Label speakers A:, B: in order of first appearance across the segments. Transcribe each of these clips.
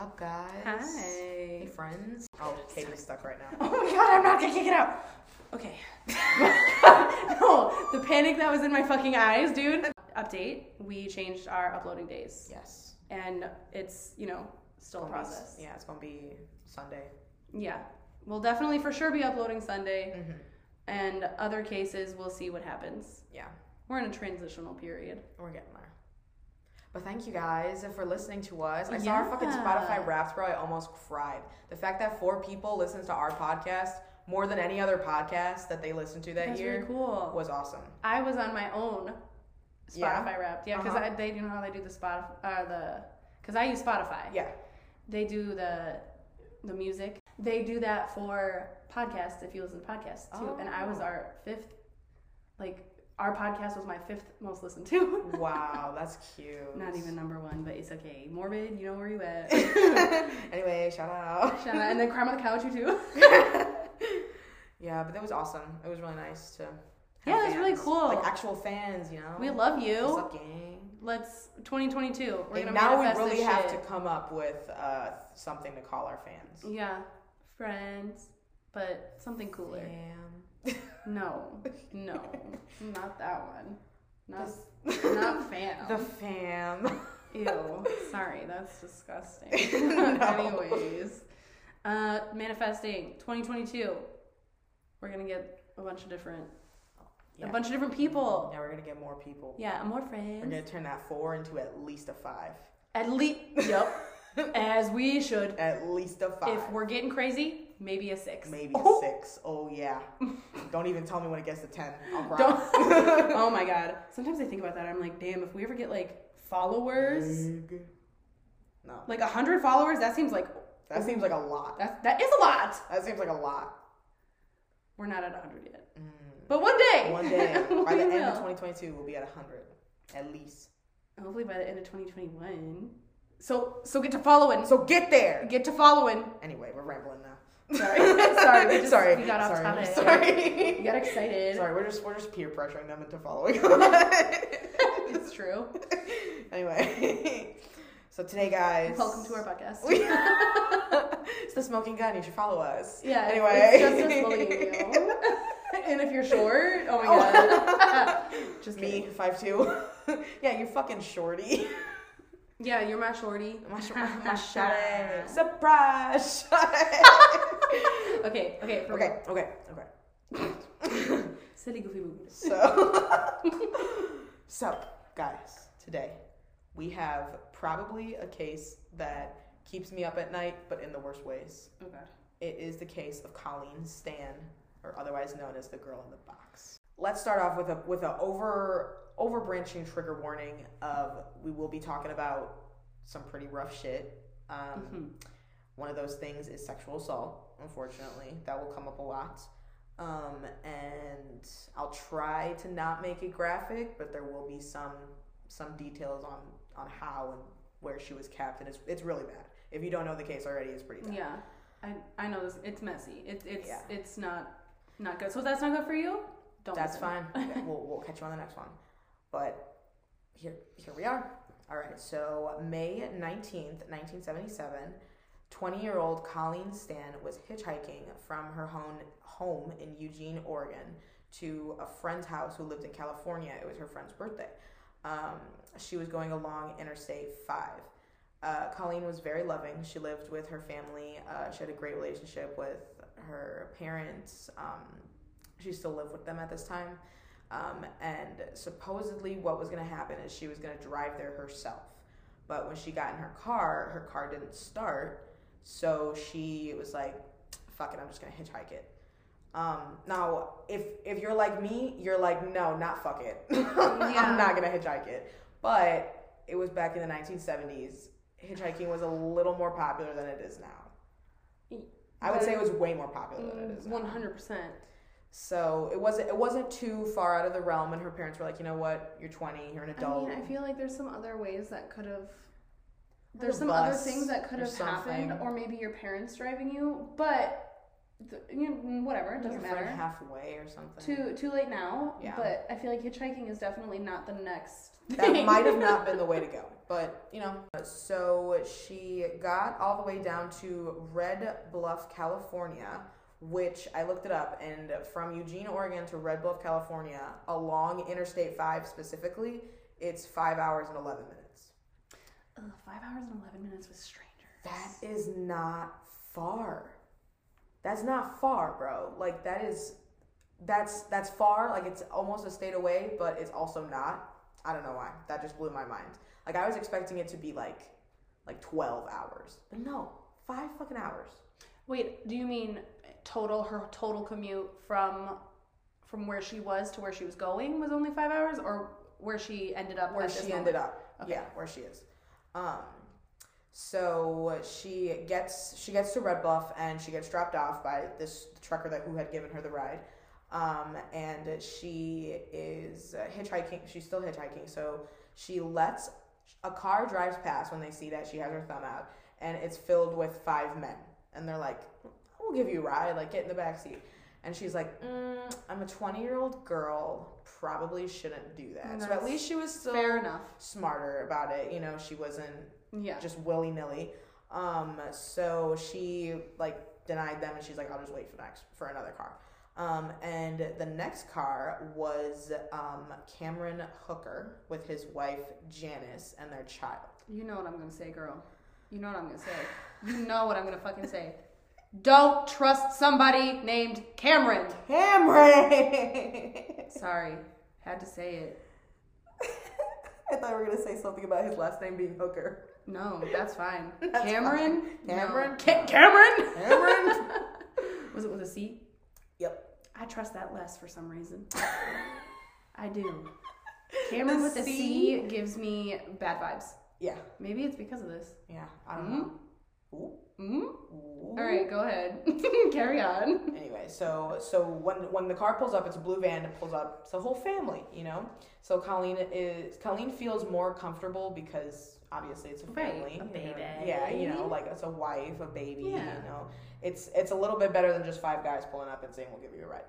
A: up, guys? Hey,
B: Hi.
A: friends. Oh, Katie's stuck right now.
B: Oh my god, I'm not gonna kick it out. Okay. no, the panic that was in my fucking eyes, dude. Update: We changed our uploading days,
A: Yes.
B: and it's you know still a
A: Gonna be-
B: process.
A: Yeah, it's gonna be Sunday.
B: Yeah. We'll definitely for sure be uploading Sunday,
A: Mm-hmm.
B: and other cases we'll see what happens.
A: Yeah,
B: We're in a transitional period.
A: we're getting there. But thank you guys for listening to us. I saw our fucking
B: Yeah.
A: Spotify Wrapped, bro. I almost cried. The fact that four people listens to our podcast more than any other podcast that they listen to that
B: That's
A: year
B: really cool.
A: was awesome.
B: I was on my own Spotify
A: Yeah?
B: Wrapped. Yeah, because
A: Uh-huh.
B: they you know how they do the Spotify uh, the because I use Spotify.
A: Yeah.
B: They do the the music. They do that for podcasts if you listen to podcasts too. And I was
A: Oh.
B: our fifth, like our podcast was my fifth most listened to.
A: Wow, that's cute.
B: Not even number one, but it's okay. Morbid, you know where you at.
A: anyway, shout out.
B: Shout out. And then crime on the couch, you too.
A: Yeah, but that was awesome. It was really nice to. have
B: Yeah, it was really
A: fans.
B: cool.
A: Like actual fans, you know.
B: We love
A: What's
B: you.
A: up, gang?
B: Let's 2022. We're
A: and
B: gonna
A: now we
B: manifest
A: really
B: this
A: have to
B: shit.
A: come up with uh, something to call our fans.
B: Yeah, friends, but something cooler.
A: Damn.
B: No, no, not that one. Not
A: The-
B: not fam.
A: the fam.
B: Ew. Sorry, that's disgusting.
A: No.
B: Anyways, uh, manifesting 2022. We're gonna get a bunch of different,
A: Yeah.
B: a bunch of different people.
A: Yeah, we're gonna get more people.
B: Yeah, and more
A: We're gonna
B: friends.
A: turn that four into at least a five.
B: At least, yep. As we should.
A: At least a five.
B: If we're getting crazy, maybe a six.
A: Maybe
B: Oh.
A: a six. Oh yeah. Don't even tell me when it gets to ten. I'll cry.
B: Don't. oh my god. Sometimes I think about that. I'm like, damn. If we ever get like followers,
A: Big. No.
B: like a hundred followers, that seems like
A: That seems like a lot.
B: that's that is a lot.
A: That seems like a lot. Mm.
B: We're not at 100 yet. But one day.
A: One day, by
B: we
A: the end of
B: will.
A: 2022, we'll be at 100, at least.
B: Hopefully by the end of 2021. So so get to following.
A: So get there.
B: Get to following.
A: Anyway, we're rambling now.
B: Sorry. Sorry, we just-
A: sorry.
B: we got off
A: sorry.
B: topic.
A: Sorry.
B: You got excited.
A: Sorry, we're just we're just peer pressuring them into following.
B: It's true.
A: anyway, so today, guys,
B: Welcome to our podcast.
A: We- it's the smoking gun. You should follow us.
B: yeah.
A: Anyway.
B: It's just us bullying you. and if you're short, oh my god. just
A: Me,
B: kidding.
A: five two. yeah, you fucking shorty.
B: Yeah, you're my shorty.
A: My, sh- my shorty. Surprise. shorty.
B: Okay, okay, for
A: okay, okay, okay.
B: real. Silly goofy movies.
A: So, so guys, today we have probably a case that keeps me up at night, but in the worst ways.
B: Oh god.
A: It is the case of Colleen Stan, or otherwise known as the girl in the box. Let's start off with a with a over overbranching trigger warning of we will be talking about some pretty rough shit. Um,
B: Mm-hmm.
A: One of those things is sexual assault. Unfortunately, that will come up a lot. Um, and I'll try to not make it graphic, but there will be some some details on on how and where she was kept, and it's it's really bad. If you don't know the case already, it's pretty bad.
B: Yeah. I, I know this. It's messy. It's it's
A: Yeah.
B: it's not not good. So if that's not good for you, don't
A: That's
B: listen.
A: fine. Okay, we'll, we'll catch you on the next one. But here, here we are. All right. So May 19th, 1977, 20-year-old Colleen Stan was hitchhiking from her home, home in Eugene, Oregon, to a friend's house who lived in California. It was her friend's birthday. Um, she was going along Interstate 5. Uh, Colleen was very loving. She lived with her family. Uh, she had a great relationship with her parents. Um, she still lived with them at this time. Um, and supposedly, what was going to happen is she was going to drive there herself. But when she got in her car, her car didn't start. So she was like, fuck it, I'm just going to hitchhike it. Um, now, if if you're like me, you're like, no, not fuck it. I'm not going to hitchhike it. But it was back in the 1970s. Hitchhiking was a little more popular than it is now. I would say it was way more popular than it is now.
B: One hundred percent.
A: So it wasn't it wasn't too far out of the realm, and her parents were like, you know what, you're 20, you're an
B: I
A: adult.
B: mean, I feel like there's some other ways that could have. There's
A: a
B: some other
A: bus
B: things that could
A: or
B: have happened,
A: something.
B: or maybe your parents driving you, but th- you know, whatever, it doesn't
A: Your friend
B: matter.
A: halfway or something.
B: Too too late now.
A: Yeah.
B: But I feel like hitchhiking is definitely not the next.
A: That
B: thing.
A: might have not been the way to go, but you know. So she got all the way down to Red Bluff, California, which I looked it up, and from Eugene, Oregon to Red Bluff, California, along Interstate 5 specifically, it's five hours and 11 minutes.
B: Ugh, five hours and eleven minutes with strangers.
A: That is not far. That's not far, bro. Like that is that's that's far. Like it's almost a state away, but it's also not. I don't know why. That just blew my mind. Like I was expecting it to be like like 12 hours. But no, 5 fucking hours.
B: Wait, do you mean total her total commute from from where she was to where she was going was only five hours, or where she ended up?
A: Where
B: at this
A: she ended up. Yeah, where she is. Um so she gets she gets to Red Bluff and she gets dropped off by this trucker that who had given her the ride. um, and she is uh, hitchhiking. She's still hitchhiking, so she lets a car drives past when they see that she has her thumb out, and it's filled with five men, and they're like, "We'll give you a ride. Like, get in the back seat." And she's like, mm, "I'm a 20 year old girl. Probably shouldn't do that."
B: And
A: So at
B: that's
A: least she was still
B: Fair enough.
A: smarter about it. You know, she wasn't
B: Yeah.
A: just willy nilly. Um, so she like denied them, and she's like, "I'll just wait for next for another car." Um, and the next car was um, Cameron Hooker with his wife Janice and their child.
B: You know what I'm gonna say, girl. You know what I'm gonna say. You know what I'm gonna fucking say. Don't trust somebody named Cameron.
A: Cameron.
B: Sorry, had to say it.
A: I thought we were gonna say something about his last name being Hooker.
B: No, that's fine.
A: That's
B: Cameron.
A: fine. Cameron?
B: No. Ca- Cameron.
A: Cameron.
B: Was it with a C?
A: yep.
B: I trust that less for some reason. I do. Cameron with a C gives me bad vibes.
A: Yeah.
B: Maybe it's because of this.
A: Yeah. I don't know. Ooh.
B: Mm?
A: Ooh.
B: All right, go ahead. Carry on.
A: Anyway, so so when when the car pulls up, it's a blue van. It pulls up. It's the whole family, you know. So Colleen is Colleen feels more comfortable because obviously it's a
B: Right,
A: family,
B: a
A: you know.
B: baby.
A: Yeah, you know, like it's a wife, a baby.
B: Yeah.
A: You know, it's it's a little bit better than just five guys pulling up and saying we'll give you a ride.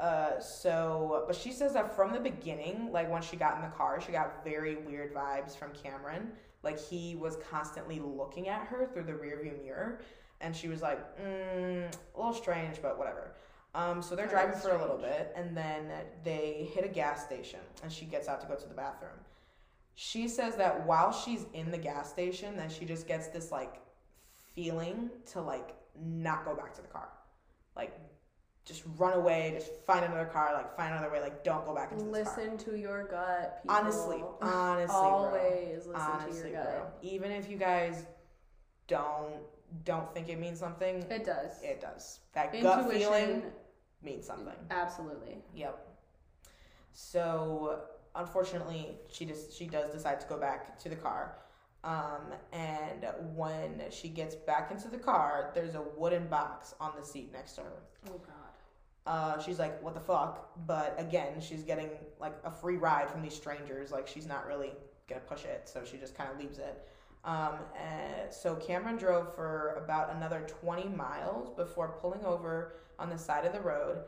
A: Uh, so, but she says that from the beginning, like once she got in the car, she got very weird vibes from Cameron. Like he was constantly looking at her through the rearview mirror, and she was like, mm, a little strange, but whatever. Um, so they're
B: That
A: driving
B: is
A: for a little bit, and then they hit a gas station, and she gets out to go to the bathroom. She says that while she's in the gas station, that she just gets this like feeling to like not go back to the car, like just run away, just find another car, like find another way, like don't go back into this car.
B: Listen to your gut, people.
A: Honestly, honestly, bro
B: always listen to
A: honestly,
B: your
A: bro.
B: gut.
A: Even if you guys don't don't think it means something,
B: It does.
A: it does. That gut
B: Intuition,
A: feeling means something.
B: absolutely.
A: Yep. So unfortunately, she just she does decide to go back to the car. Um, and when she gets back into the car, there's a wooden box on the seat next to her.
B: Oh God.
A: Uh, she's like, "What the fuck?" But again, she's getting like a free ride from these strangers. Like she's not really gonna push it, so she just kind of leaves it. Um, and so Cameron drove for about another 20 miles before pulling over on the side of the road,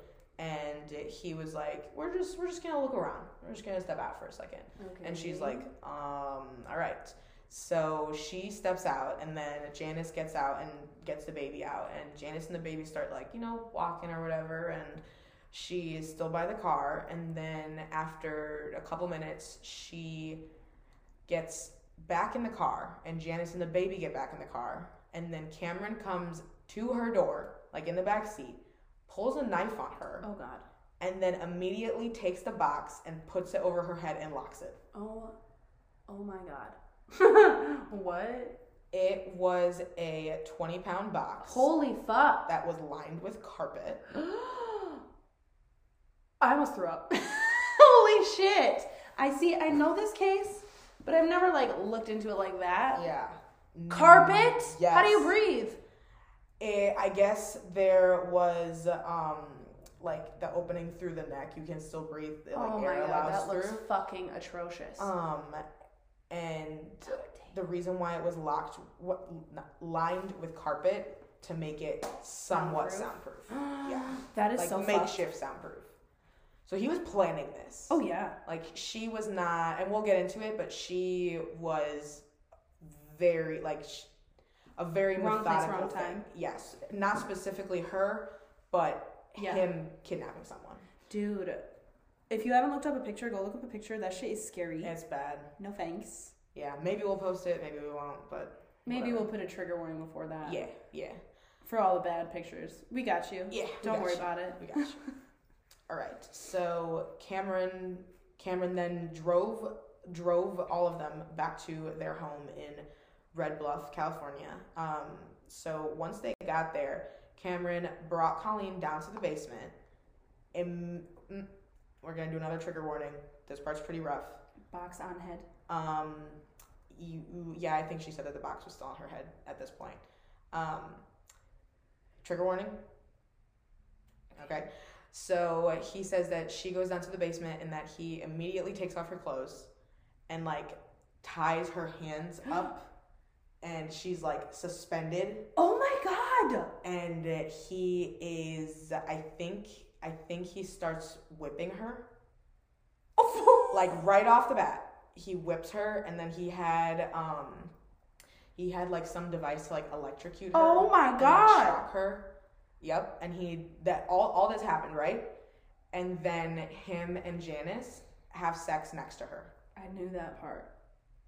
A: and he was like, "We're just we're just gonna look around. We're just gonna step out for a second.
B: Okay.
A: And she's
B: Mm-hmm.
A: like, um, all right. So she steps out, and then Janice gets out and gets the baby out, and Janice and the baby start like you know walking or whatever, and she is still by the car, and then after a couple minutes, she gets back in the car, and Janice and the baby get back in the car, and then Cameron comes to her door, like in the back seat, pulls a knife on her,
B: Oh God.
A: and then immediately takes the box and puts it over her head and locks it.
B: Oh. Oh my God. what?
A: It was a 20 pound box
B: Holy fuck.
A: that was lined with carpet.
B: I almost threw up. Holy shit! I see. I know this case, but I've never like looked into it like that.
A: Yeah.
B: Carpet?
A: Mm, Yes.
B: How do you breathe?
A: It, I guess there was um like the opening through the neck. You can still breathe. Like,
B: oh my
A: air
B: god,
A: allows
B: that looks
A: through.
B: fucking atrocious.
A: Um, and the reason why it was locked, what lined with carpet, to make it somewhat
B: Soundproof?
A: soundproof. yeah.
B: That is
A: Like
B: so fucked.
A: makeshift soundproof. So he was planning this.
B: Oh yeah.
A: Like she was not, and we'll get into it, but she was very like sh- a very
B: Wrong place,
A: methodical
B: wrong
A: thing.
B: time.
A: Yes, not specifically her, but
B: Yeah.
A: him kidnapping someone.
B: Dude, if you haven't looked up a picture, go look up a picture. That shit is scary.
A: It's bad.
B: No thanks.
A: Yeah, maybe we'll post it, maybe we won't, but
B: Maybe
A: whatever.
B: we'll put a trigger warning before that.
A: Yeah, yeah,
B: For all the bad pictures. We got you.
A: yeah. we
B: Don't
A: got
B: worry
A: you.
B: about it.
A: We got you. all right. So Cameron, Cameron then drove drove all of them back to their home in Red Bluff, California. Um, so once they got there, Cameron brought Colleen down to the basement. And mm, we're gonna do another trigger warning. This part's pretty rough.
B: Box on head.
A: Um, you, yeah, I think she said that the box was still on her head at this point. Um, trigger warning. Okay. So he says that she goes down to the basement and that he immediately takes off her clothes and like ties her hands up and she's like suspended
B: Oh my god!
A: and he is I think I think he starts whipping her like right off the bat he whipped her and then he had um he had like some device to like electrocute her
B: Oh my
A: and, like,
B: God.
A: shock her yep and he that all all this happened right and then him and janice have sex next to her
B: I knew that part.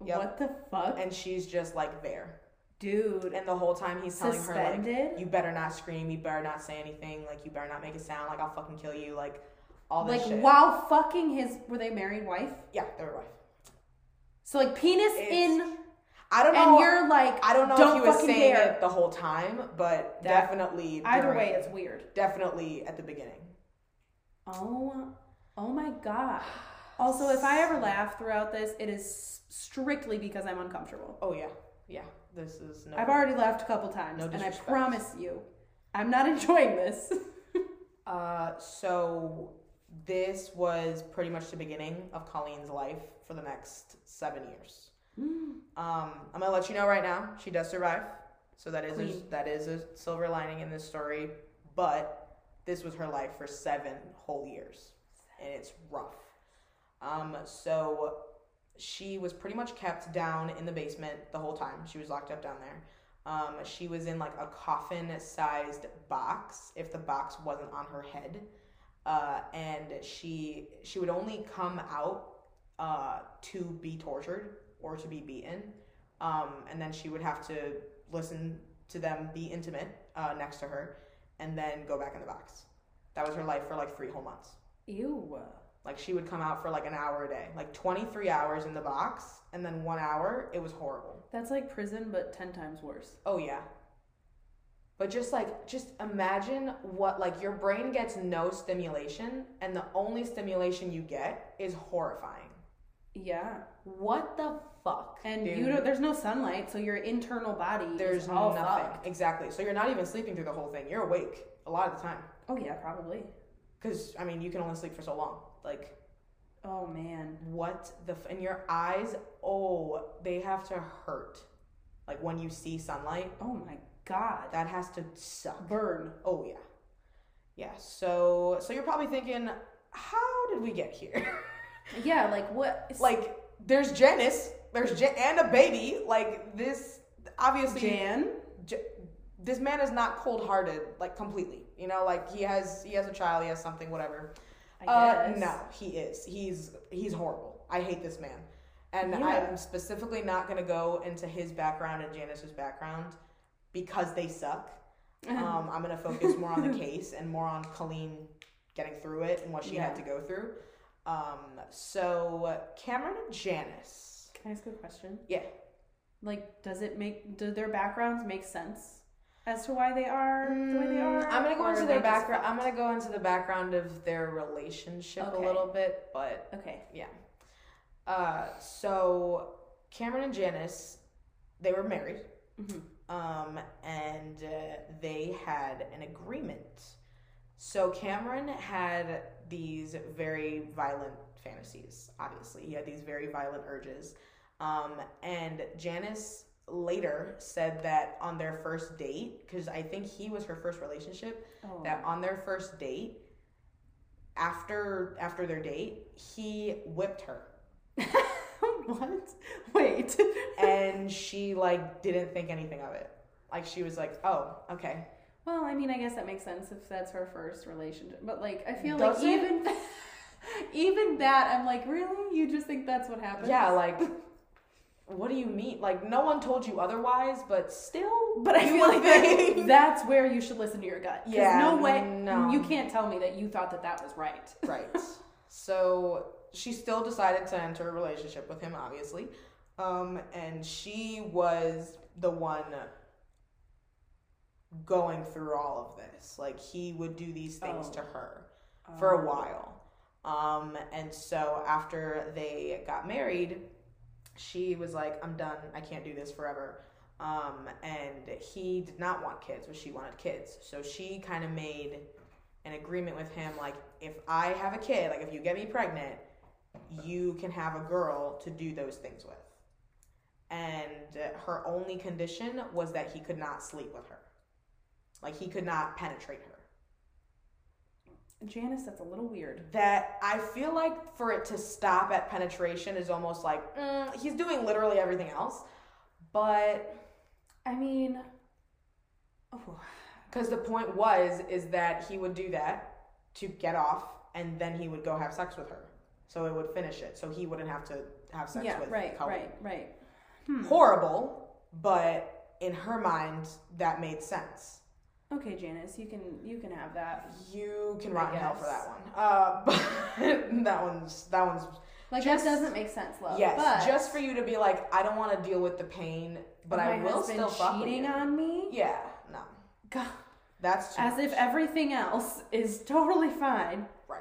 A: Yep.
B: What the fuck?
A: and she's just like there
B: Dude.
A: and the whole time he's telling her like
B: Suspended?
A: you better not scream you better not say anything like you better not make a sound like i'll fucking kill you like all this
B: Like
A: shit
B: while fucking his were they married wife?
A: yeah they were wife
B: So like penis
A: It's-
B: in
A: i don't know
B: and you're like
A: I don't know if he was
B: fucking
A: saying
B: dare.
A: it the whole time, but
B: That-
A: definitely
B: Either
A: during-
B: way, it's weird.
A: definitely at the beginning.
B: Oh, oh my god. Also, if I ever laugh throughout this, it is strictly because I'm uncomfortable.
A: Oh yeah, yeah. This is no.
B: I've already laughed a couple times,
A: No
B: and I
A: disrespect.
B: promise you, I'm not enjoying this.
A: uh, so this was pretty much the beginning of Colleen's life for the next seven years. Um, I'm gonna let you know right now, she does survive. So that is a,
B: Queen.
A: that is a silver lining in this story, but this was her life for seven whole years, and it's rough. Um, so she was pretty much kept down in the basement the whole time. She was locked up down there. Um, she was in like a coffin-sized box. If the box wasn't on her head, uh, and she she would only come out uh, to be tortured or to be beaten, um, and then she would have to listen to them be intimate uh, next to her, and then go back in the box. That was her life for like three whole months.
B: Ew.
A: Like she would come out for like an hour a day, like twenty three hours in the box, and then one hour. It was horrible.
B: That's like prison, but 10 times worse.
A: Oh yeah. But just like just imagine what like your brain gets no stimulation and the only stimulation you get is horrifying.
B: Yeah.
A: What the fuck?
B: And
A: dude?
B: you don't, there's no sunlight, so your internal body
A: there's
B: is all
A: nothing.
B: fucked.
A: Exactly. So you're not even sleeping through the whole thing. You're awake a lot of the time
B: Oh, yeah, probably.
A: cuz I mean, you can only sleep for so long. Like
B: Oh, man.
A: what the f- and your eyes, oh, they have to hurt. Like when you see sunlight,
B: Oh, my God.
A: that has to suck.
B: Burn.
A: Oh yeah. Yeah. So so you're probably thinking, how did we get here?
B: Yeah, like what?
A: like there's Janice, there's Jan- and a baby. Like this obviously
B: Jan?
A: J- this man is not cold-hearted like completely. You know, like he has he has a child, he has something whatever.
B: I
A: Uh
B: guess.
A: no, he is. He's he's horrible. I hate this man. And
B: Yeah.
A: I'm specifically not going to go into his background and Janice's background because they suck.
B: Uh-huh.
A: Um, I'm going to focus more on the case and more on Colleen getting through it and what she
B: Yeah.
A: had to go through. Um, so Cameron and Janice.
B: Can I ask a question?
A: Yeah.
B: Like, does it make do their backgrounds make sense as to why they are the way they are?
A: Mm, I'm gonna go
B: Or
A: into
B: are
A: their
B: they just
A: background. I'm
B: fucked?
A: gonna go into the background of their relationship
B: Okay.
A: a little bit, but
B: Okay.
A: yeah. Uh, so Cameron and Janice, they were married,
B: Mhm.
A: um, and uh, they had an agreement. So Cameron had these very violent fantasies. Obviously, he had these very violent urges, um, and Janice later said that on their first date, because I think he was her first relationship,
B: Oh.
A: that on their first date, after after their date, he whipped her.
B: what? Wait.
A: and she like didn't think anything of it. Like she was like, "Oh, okay."
B: well, I mean, I guess that makes sense if that's her first relationship. But like, I feel
A: Does it?
B: like even even that, I'm like, really? You just think that's what happened?
A: Yeah, like what do you mean? Like no one told you otherwise, but still,
B: But I feel like that, that's where you should listen to your gut. 'Cause
A: Yeah,
B: No way.
A: no.
B: You can't tell me that you thought that that was right.
A: right. So she still decided to enter a relationship with him, obviously, um, and she was the one going through all of this. Like he would do these things
B: Oh.
A: to her. for a
B: Um,
A: while. Um, and so after they got married, she was like, I'm done. I can't do this forever. Um, and he did not want kids, but she wanted kids. So she kind of made an agreement with him like, if I have a kid, like if you get me pregnant, you can have a girl to do those things with. And her only condition was that he could not sleep with her. Like he could not penetrate her.
B: Janice, that's a little weird.
A: that I feel like for it to stop at penetration is almost like mm, he's doing literally everything else, but
B: I mean, oh,
A: because the point was is that he would do that to get off, and then he would go have sex with her, so it would finish it, so he wouldn't have to have sex
B: yeah,
A: with
B: right,
A: Cullen.
B: right, Hmm. right.
A: Horrible, but in her mind that made sense.
B: Okay, Janice, you can you can have that.
A: You can
B: I
A: rot in hell
B: guess.
A: for that one. Uh, but that one's that one's
B: Like
A: Just-
B: that doesn't make sense, love.
A: Yes,
B: Uh, but Oh,
A: just for you to be like, I don't want to deal with the pain, but
B: my
A: I will
B: husband
A: still fuck with
B: cheating
A: you.
B: on me.
A: Yeah, no,
B: God,
A: that's too
B: as if
A: much.
B: everything else is totally fine.
A: right.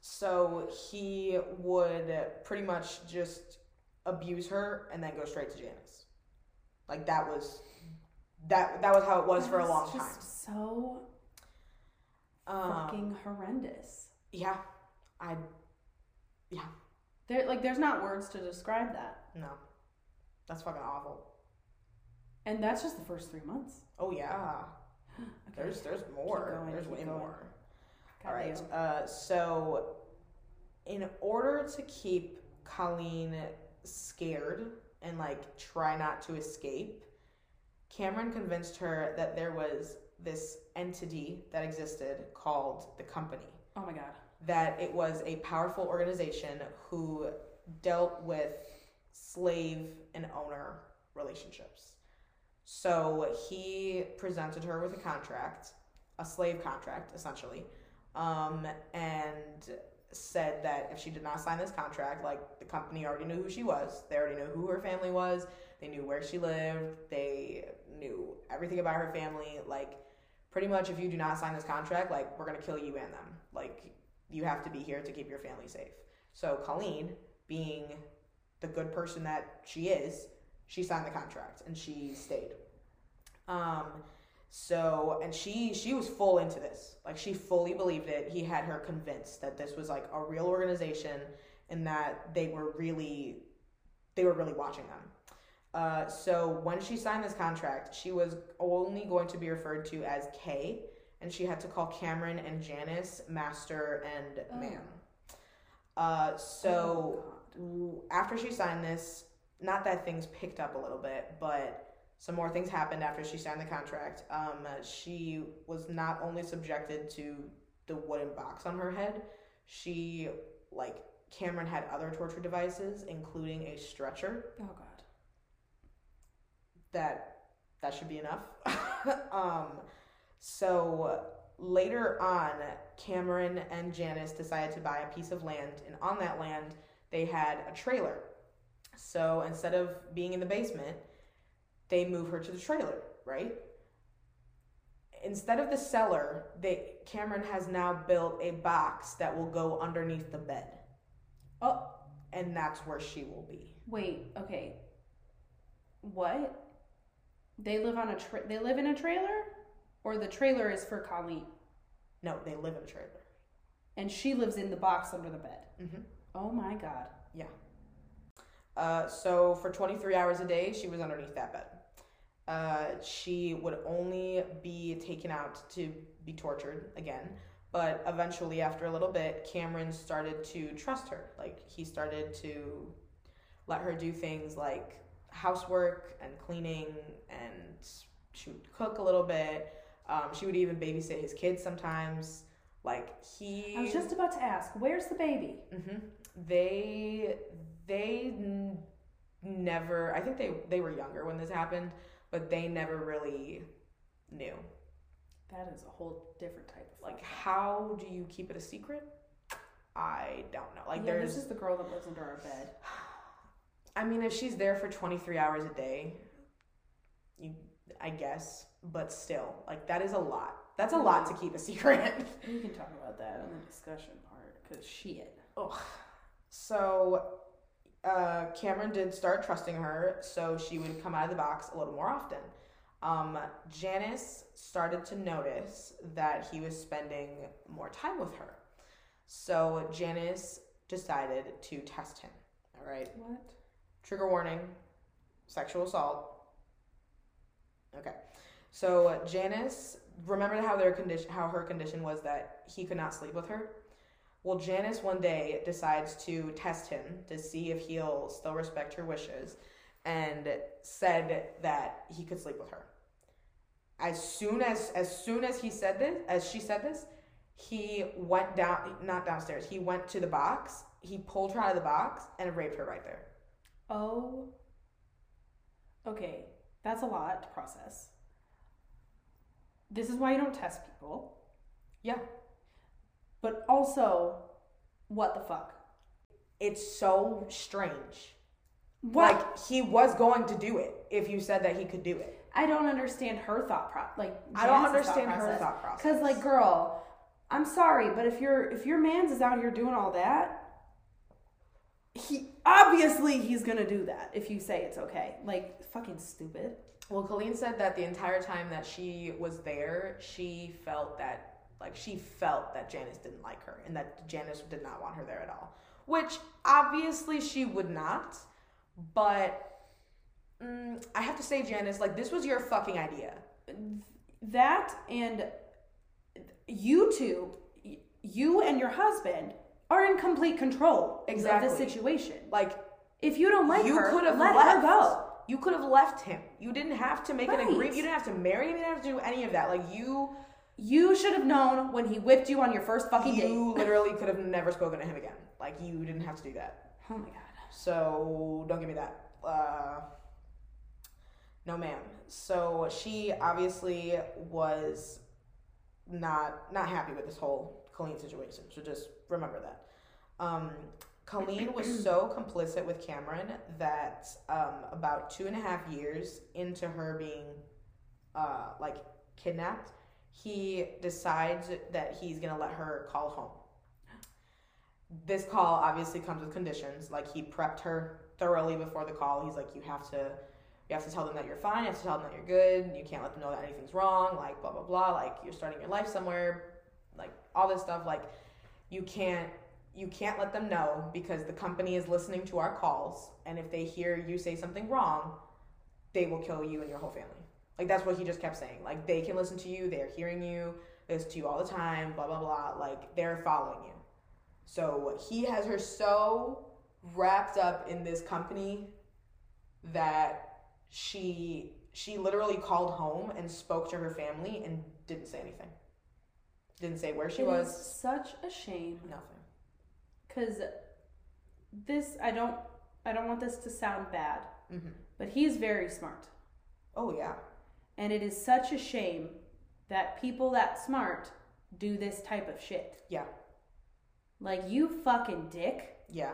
A: So he would pretty much just abuse her and then go straight to Janice. Like that was that that was how it was for a
B: That's
A: long
B: just So
A: time. Um,
B: fucking horrendous.
A: yeah, I
B: There, like, there's not words to describe that.
A: no, that's fucking awful.
B: And that's just the first three months.
A: Oh yeah,
B: Okay.
A: there's there's more.
B: going,
A: there's
B: keep
A: way
B: going.
A: more.
B: God
A: All right.
B: damn.
A: Uh, so, in order to keep Colleen scared and like try not to escape, Cameron convinced her that there was this entity that existed called the Company.
B: Oh my god.
A: That it was a powerful organization who dealt with slave and owner relationships. So he presented her with a contract, a slave contract, essentially, um, and said that if she did not sign this contract, like the company already knew who she was, they already knew who her family was, they knew where she lived, they knew everything about her family. Like, pretty much, if you do not sign this contract, like, we're gonna kill you and them. Like, you have to be here to keep your family safe. So, Colleen, being the good person that she is, she signed the contract and she stayed. Um, so and she she was full into this. Like she fully believed it. He had her convinced that this was like a real organization and that they were really they were really watching them. Uh, so when she signed this contract, she was only going to be referred to as Kay, and she had to call Cameron and Janice Master and
B: Oh.
A: Ma'am. Uh, so
B: Oh God.
A: after she signed this, not that things picked up a little bit, but some more things happened after she signed the contract. Um, she was not only subjected to the wooden box on her head, she, like, Cameron had other torture devices, including a stretcher
B: Oh god.
A: that that should be enough. um, so later on, Cameron and Janice decided to buy a piece of land, and on that land, they had a trailer. So instead of being in the basement, they move her to the trailer, right? Instead of the cellar, they Cameron has now built a box that will go underneath the bed,
B: Oh
A: and that's where she will be.
B: wait. Okay. What? They live on a tra- they live in a trailer, or the trailer is for Colleen,
A: No, they live in a trailer.
B: and she lives in the box under the bed.
A: Mhm.
B: Oh my god.
A: Uh, so for 23 hours a day, she was underneath that bed. Uh, she would only be taken out to be tortured again. But eventually, after a little bit, Cameron started to trust her. Like, he started to let her do things like housework and cleaning, and she would cook a little bit. Um, she would even babysit his kids sometimes. Like, he.
B: I was just about to ask, where's the baby?
A: hmm They they n- never. I think they they were younger when this happened, but they never really knew.
B: That is a whole different type of
A: Like,
B: like.
A: how do you keep it a secret? I don't know. Like,
B: yeah,
A: there's.
B: this is the girl that lives under our bed.
A: I mean, if she's there for 23 hours a day, you, I guess, but still, like that is a lot. That's a lot to keep a secret.
B: We can talk about that in the discussion part because shit.
A: So uh, Cameron did start trusting her, so she would come out of the box a little more often. Um, Janice started to notice that he was spending more time with her. So Janice decided to test him. All right.
B: What?
A: Trigger warning sexual assault. Okay. So Janice, remember how their condition how her condition was that he could not sleep with her? Well, Janice one day decides to test him to see if he'll still respect her wishes and said that he could sleep with her. As soon as as soon as he said this, as she said this, he went down not downstairs. He went to the box, he pulled her out of the box and raped her right there.
B: Oh. Okay, that's a lot to process. This is why you don't test people,
A: Yeah.
B: but also, what the fuck?
A: it's so strange. Like he was going to do it if you said that he could do it.
B: I don't understand her thought process. Like
A: I don't
B: Janice's
A: understand her thought process.
B: Because like, girl, I'm sorry, but if your if your man's is out here doing all that, he obviously he's gonna do that if you say it's okay. Like fucking stupid.
A: Well, Colleen said that the entire time that she was there, she felt that like she felt that Janice didn't like her and that Janice did not want her there at all. Which obviously she would not, but mm, I have to say, Janice, like this was your fucking idea.
B: That and you two, y- you and your husband are in complete control
A: Exactly.
B: of this situation.
A: Like
B: If you don't like
A: you
B: her,
A: could have
B: let
A: left.
B: her go.
A: You could have left him. You didn't have to make
B: Right.
A: an agreement. You didn't have to marry him. You didn't have to do any of that. Like you,
B: You should have known when he whipped you on your first fucking date.
A: you literally could have never spoken to him again. Like you didn't have to do that.
B: Oh my god.
A: So don't give me that. Uh, no, ma'am. So she obviously was not not happy with this whole Colleen situation. So just remember that. Um, Colleen was so complicit with Cameron that um, about two and a half years into her being uh, like kidnapped, he decides that he's gonna let her call home. This call obviously comes with conditions. Like he prepped her thoroughly before the call. He's like, you have to, you have to tell them that you're fine. You have to tell them that you're good. You can't let them know that anything's wrong. Like blah blah blah. Like you're starting your life somewhere. Like all this stuff. Like you can't, you can't let them know because the company is listening to our calls, and if they hear you say something wrong, they will kill you and your whole family. Like that's what he just kept saying. Like they can listen to you, they're hearing you, they listen to you all the time, blah blah blah. Like they're following you. So he has her so wrapped up in this company that she she literally called home and spoke to her family and didn't say anything. Didn't say where she
B: It is
A: was.
B: such a shame
A: Nothing.
B: because this I don't I don't want this to sound bad,
A: Mhm.
B: but he's very smart,
A: Oh yeah.
B: and it is such a shame that people that smart do this type of shit.
A: Yeah.
B: Like you fucking dick.
A: Yeah.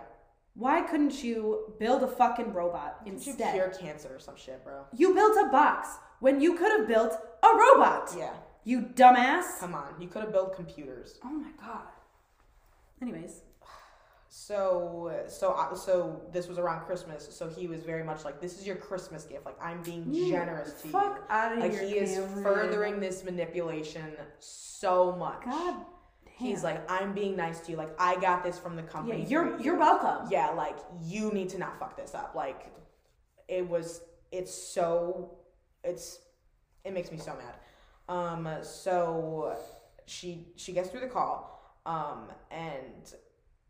B: Why couldn't you build a fucking robot
A: Did you
B: instead?
A: cure cancer or some shit, bro?
B: you built a box when you could have built a robot.
A: Yeah.
B: You dumbass.
A: Come on. You could have built computers.
B: Oh my god. Anyways,
A: So so I- so this was around Christmas. So he was very much like, "This is your Christmas gift. Like I'm being generous to
B: fuck
A: you."
B: out of
A: Like
B: here.
A: he is
B: Cameron.
A: furthering this manipulation so much.
B: God. Damn.
A: He's like, "I'm being nice to you. Like I got this from the
B: Yeah,
A: company. for
B: you're
A: you.
B: you're welcome.
A: yeah. Like you need to not fuck this up. Like it was. It's so it's it makes me so mad. Um, so she she gets through the call, um, and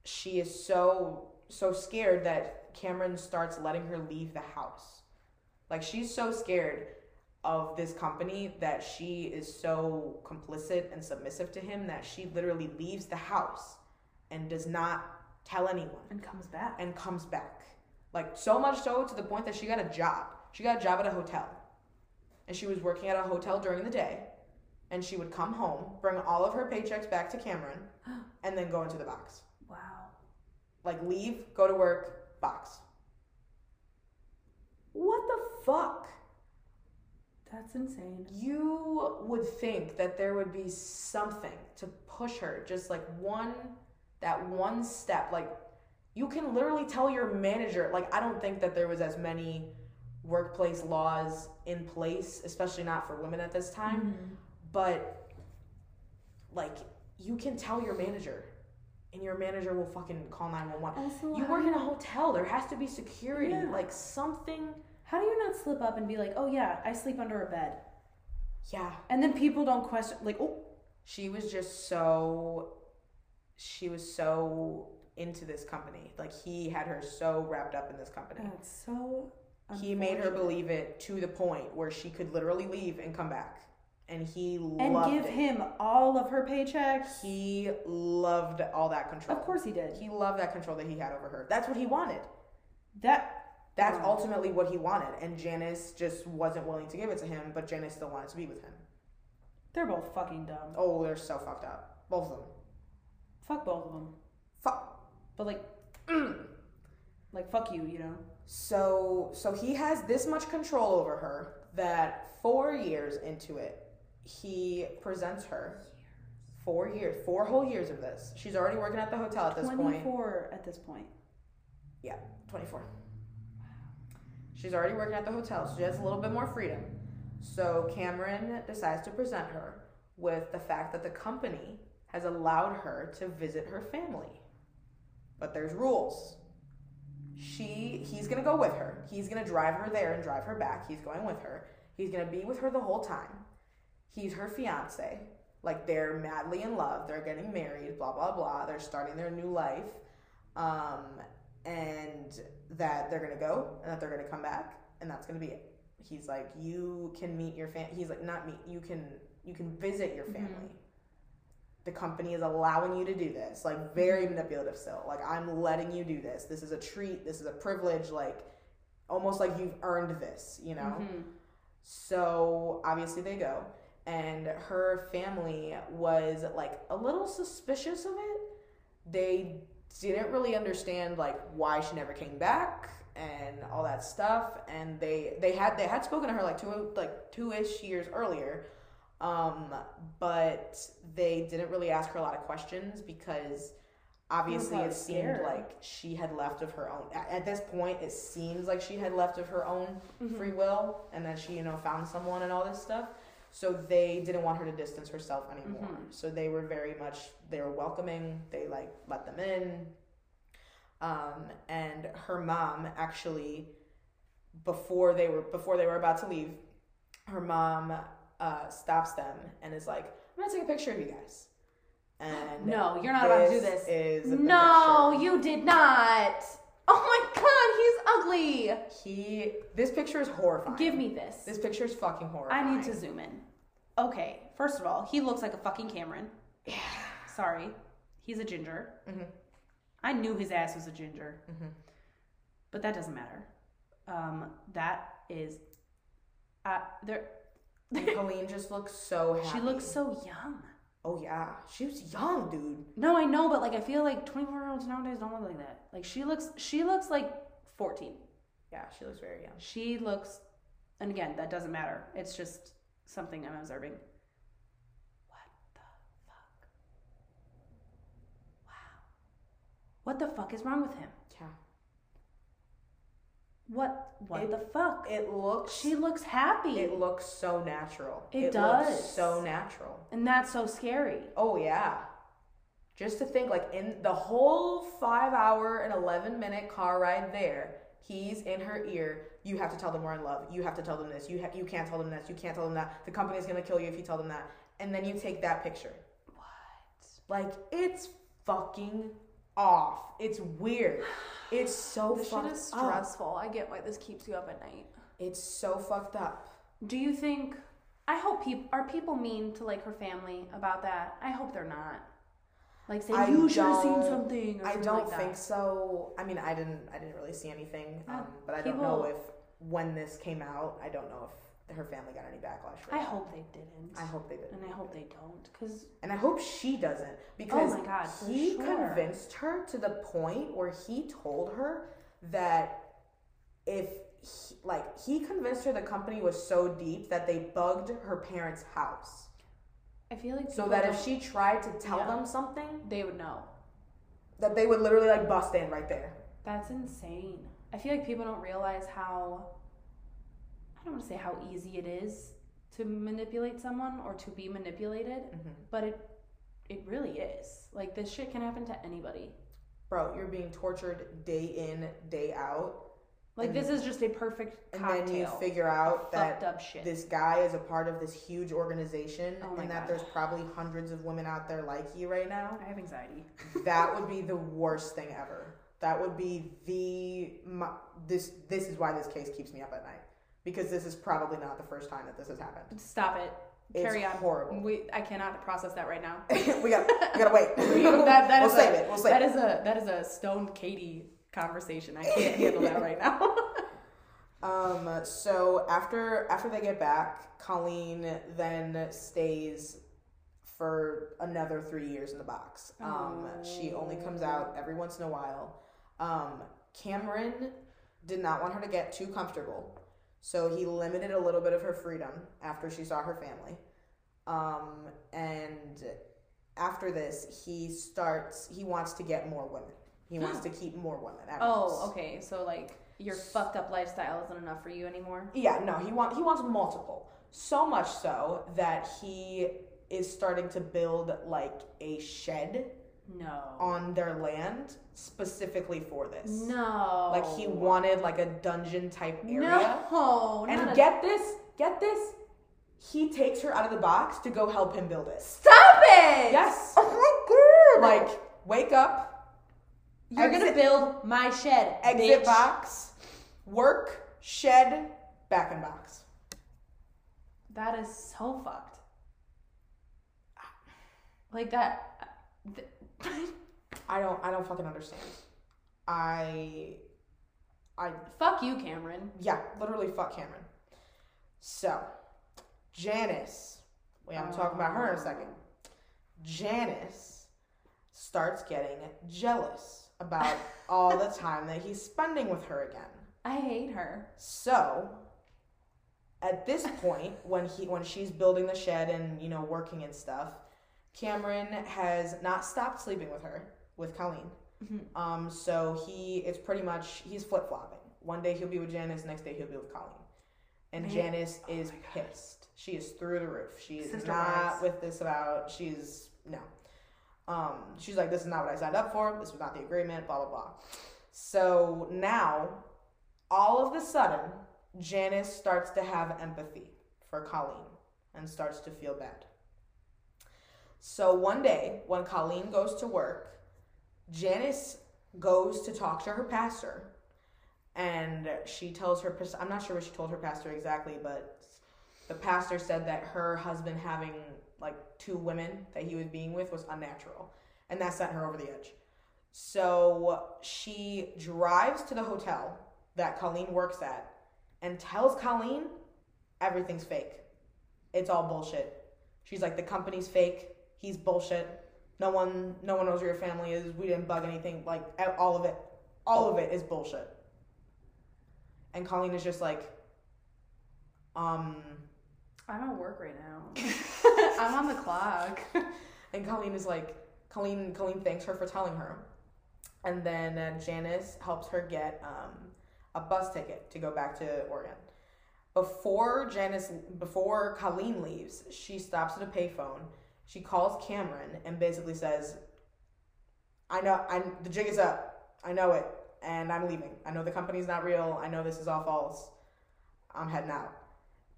A: she is so so scared that Cameron starts letting her leave the house. Like she's so scared of this company that she is so complicit and submissive to him that she literally leaves the house and does not tell anyone
B: and comes back.
A: and comes back. Like so much so to the point that she got a job. She got a job at a hotel. And she was working at a hotel during the day. And she would come home, bring all of her paychecks back to Cameron, and then go into the box.
B: Wow.
A: Like leave, go to work, box. What the fuck?
B: That's insane.
A: You would think that there would be something to push her, just like one, that one step. Like, you can literally tell your manager, like, I don't think that there was as many workplace laws in place, especially not for women at this time,
B: Mm-hmm.
A: but like, you can tell your manager, and your manager will fucking call 911.
B: Also,
A: You
B: how,
A: work
B: do
A: in a hotel, there has to be security,
B: Yeah.
A: like, something.
B: how do you not slip up and be like, oh yeah, I sleep under a bed,
A: Yeah.
B: and then people don't question like, oh,
A: she was just so she was so into this company like he had her so wrapped up in this company
B: that's so.
A: he made her
B: Uh, unfortunate.
A: believe it to the point where she could literally leave and come back and he
B: and
A: loved
B: give
A: it.
B: him all of her paychecks.
A: he loved all that control
B: Of course he did.
A: he loved that control that he had over her that's what he wanted
B: That
A: that's
B: Wow.
A: ultimately what he wanted and janice just wasn't willing to give it to him but janice still wanted to be with him
B: they're both fucking dumb.
A: oh they're so fucked up both of them
B: Fuck both of them.
A: fuck
B: But like, like fuck you, you know.
A: So so he has this much control over her that 4 years into it he presents her 4 years 4 whole years of this. She's already working at the hotel at this point.
B: Twenty-four at this point.
A: Yeah, 24. She's already working at the hotel, so she has a little bit more freedom. So Cameron decides to present her with the fact that the company has allowed her to visit her family. But there's rules. She he's going to go with her. He's going to drive her there and drive her back. He's going with her. He's going to be with her the whole time. He's her fiance. Like they're madly in love. They're getting married, blah blah blah. They're starting their new life. Um, and that they're gonna go and that they're gonna come back and that's gonna be it he's like you can meet your fam he's like not meet you can you can visit your
B: Mhm.
A: family the company is allowing you to do this like very manipulative still like i'm letting you do this this is a treat this is a privilege like almost like you've earned this you know
B: Mhm.
A: so obviously they go. And her family was like a little suspicious of it. They didn't really understand like why she never came back and all that stuff. And they they had they had spoken to her like two like two ish years earlier, um, but they didn't really ask her a lot of questions because obviously
B: probably
A: it seemed
B: scared.
A: like she had left of her own. At, at this point, it seems like she had left of her own
B: Mm-hmm.
A: free will and that she you know found someone and all this stuff so they didn't want her to distance herself anymore
B: Mhm.
A: so they were very much they were welcoming they like let them in um, and her mom actually before they were before they were about to leave her mom uh, stops them and is like i'm gonna take a picture of you guys and
B: No, you're not about to do this.
A: is the
B: No, you did not. Oh my god, he's ugly.
A: picture. he this picture is horrifying
B: Give me this.
A: this picture is fucking horrifying
B: I need to zoom in. Okay, first of all, he looks like a fucking Cameron. Sorry, he's a ginger.
A: Mhm.
B: I knew his ass was a ginger,
A: Mhm.
B: but that doesn't matter. Um, that is, uh, there.
A: And Colleen just looks so happy.
B: She looks so young.
A: Oh yeah, she was young, dude.
B: No, I know, but like I feel like twenty four year olds nowadays don't look like that. Like she looks, she looks like fourteen.
A: Yeah, she looks very young.
B: She looks, and again, that doesn't matter. It's just something I'm observing. What the fuck? Wow. What the fuck is wrong with him?
A: Yeah.
B: What? What
A: It-
B: the fuck?
A: It looks.
B: she looks happy,
A: It looks so natural. Looks
B: It does.
A: so natural.
B: and that's so scary.
A: Oh yeah. Just to think, like in the whole five hour and eleven minute car ride there, he's in her ear You have to tell them we're in love. You have to tell them this. You ha- you can't tell them this. You can't tell them that. The company's gonna kill you if you tell them that. And then you take that picture. What? Like it's fucking off. It's weird. It's so
B: This shit
A: fucked
B: is
A: up.
B: stressful. I get why this keeps you up at night.
A: It's so fucked up.
B: Do you think? I hope people are people mean to like her family about that. I hope they're not. Like saying
A: I
B: you should have seen
A: don't-
B: something. Or
A: I
B: something
A: don't
B: like
A: think
B: That.
A: so. I mean, I didn't. I didn't really see anything.
B: Yeah.
A: Um, but I don't
B: People-
A: know if when this came out, I don't know if her family got any backlash. For
B: I
A: that.
B: hope they didn't.
A: I hope they did.
B: and I hope they don't, because
A: And I hope she doesn't because
B: Oh my God, for
A: he
B: sure.
A: convinced her to the point where he told her that if he, like he convinced her the company was so deep that they bugged her parents' house
B: I feel like
A: so
B: people
A: that if
B: don't-
A: she tried to tell
B: Yeah.
A: them something
B: they would know.
A: that they would literally like bust in right there.
B: That's insane. I feel like people don't realize how I don't want to say how easy it is to manipulate someone or to be manipulated,
A: Mm-hmm.
B: but it it really is. Like this shit can happen to anybody.
A: Bro, you're being tortured day in, day out,
B: Like
A: And-
B: this is just a perfect
A: and
B: cocktail.
A: then you figure out
B: fucked
A: that
B: up shit.
A: this guy is a part of this huge organization
B: Oh my
A: and that
B: God.
A: there's probably hundreds of women out there like you right now.
B: I have anxiety.
A: that would be the worst thing ever. That would be the my, this this is why this case keeps me up at night because this is probably not the first time that this has happened.
B: Stop it.
A: It's
B: Carry on.
A: horrible.
B: We, I cannot process that right now.
A: we got we gotta wait.
B: that, that
A: we'll
B: is
A: save
B: a,
A: it. We'll save
B: that
A: it.
B: is a that is a stoned Katie conversation. I can't handle that right now.
A: Um. So after after they get back, Colleen then stays for another three years in the box. Um. She only comes out every once in a while. Um. Cameron did not want her to get too comfortable, so he limited a little bit of her freedom after she saw her family. Um. And after this, he starts. He wants to get more women. He wants to keep more women. At once.
B: Oh, okay. So like your fucked up lifestyle isn't enough for you anymore.
A: Yeah, no, he want he wants multiple. So much so that he is starting to build like a shed
B: No.
A: on their land specifically for this.
B: No.
A: Like he wanted like a dungeon type area.
B: No.
A: And
B: not a-
A: get this, get this. He takes her out of the box to go help him build it.
B: stop it.
A: Yes.
B: Oh my
A: Like wake up,
B: You're gonna
A: exit-
B: build my shed.
A: exit
B: bitch.
A: box, work, shed, back in box.
B: That is so fucked. Like that. th-
A: I don't I don't fucking understand. I I
B: Fuck you, Cameron.
A: Yeah, literally fuck Cameron. So, Janice, we haven't talked about her in a second. Janice starts getting jealous about all the time that he's spending with her again.
B: I hate her.
A: So at this point, when he when she's building the shed and you know working and stuff, Cameron has not stopped sleeping with her with Colleen. Um, so he it's pretty much he's flip flopping. One day he'll be with Janice, next day he'll be with Colleen. And
B: Man.
A: Janice is pissed. She is through the roof. She is
B: Sister
A: not
B: wives.
A: with this about. She's no. Um, she's like, this is not what I signed up for. This was not the agreement. Blah blah blah. So now all of the sudden, Janice starts to have empathy for Colleen and starts to feel bad. So one day, when Colleen goes to work, Janice goes to talk to her pastor and she tells her pas- I'm not sure what she told her pastor exactly, but the pastor said that her husband having like two women that he was being with was unnatural, and that sent her over the edge. So she drives to the hotel that Colleen works at and tells Colleen everything's fake. It's all bullshit. She's like the company's fake. He's bullshit. No one no one knows where your family is. We didn't bug anything. Like e, all of it. All of it is bullshit. And Colleen is just like um
B: I'm at work right now. I'm on the clock.
A: And Colleen is like, Colleen, Colleen thanks her for telling her. And then uh, Janice helps her get um, a bus ticket to go back to Oregon. Before Janice, before Colleen leaves, she stops at a payphone. She calls Cameron and basically says, "I know, I the jig is up. I know it. and I'm leaving. I know the company's not real. I know this is all false. I'm heading out.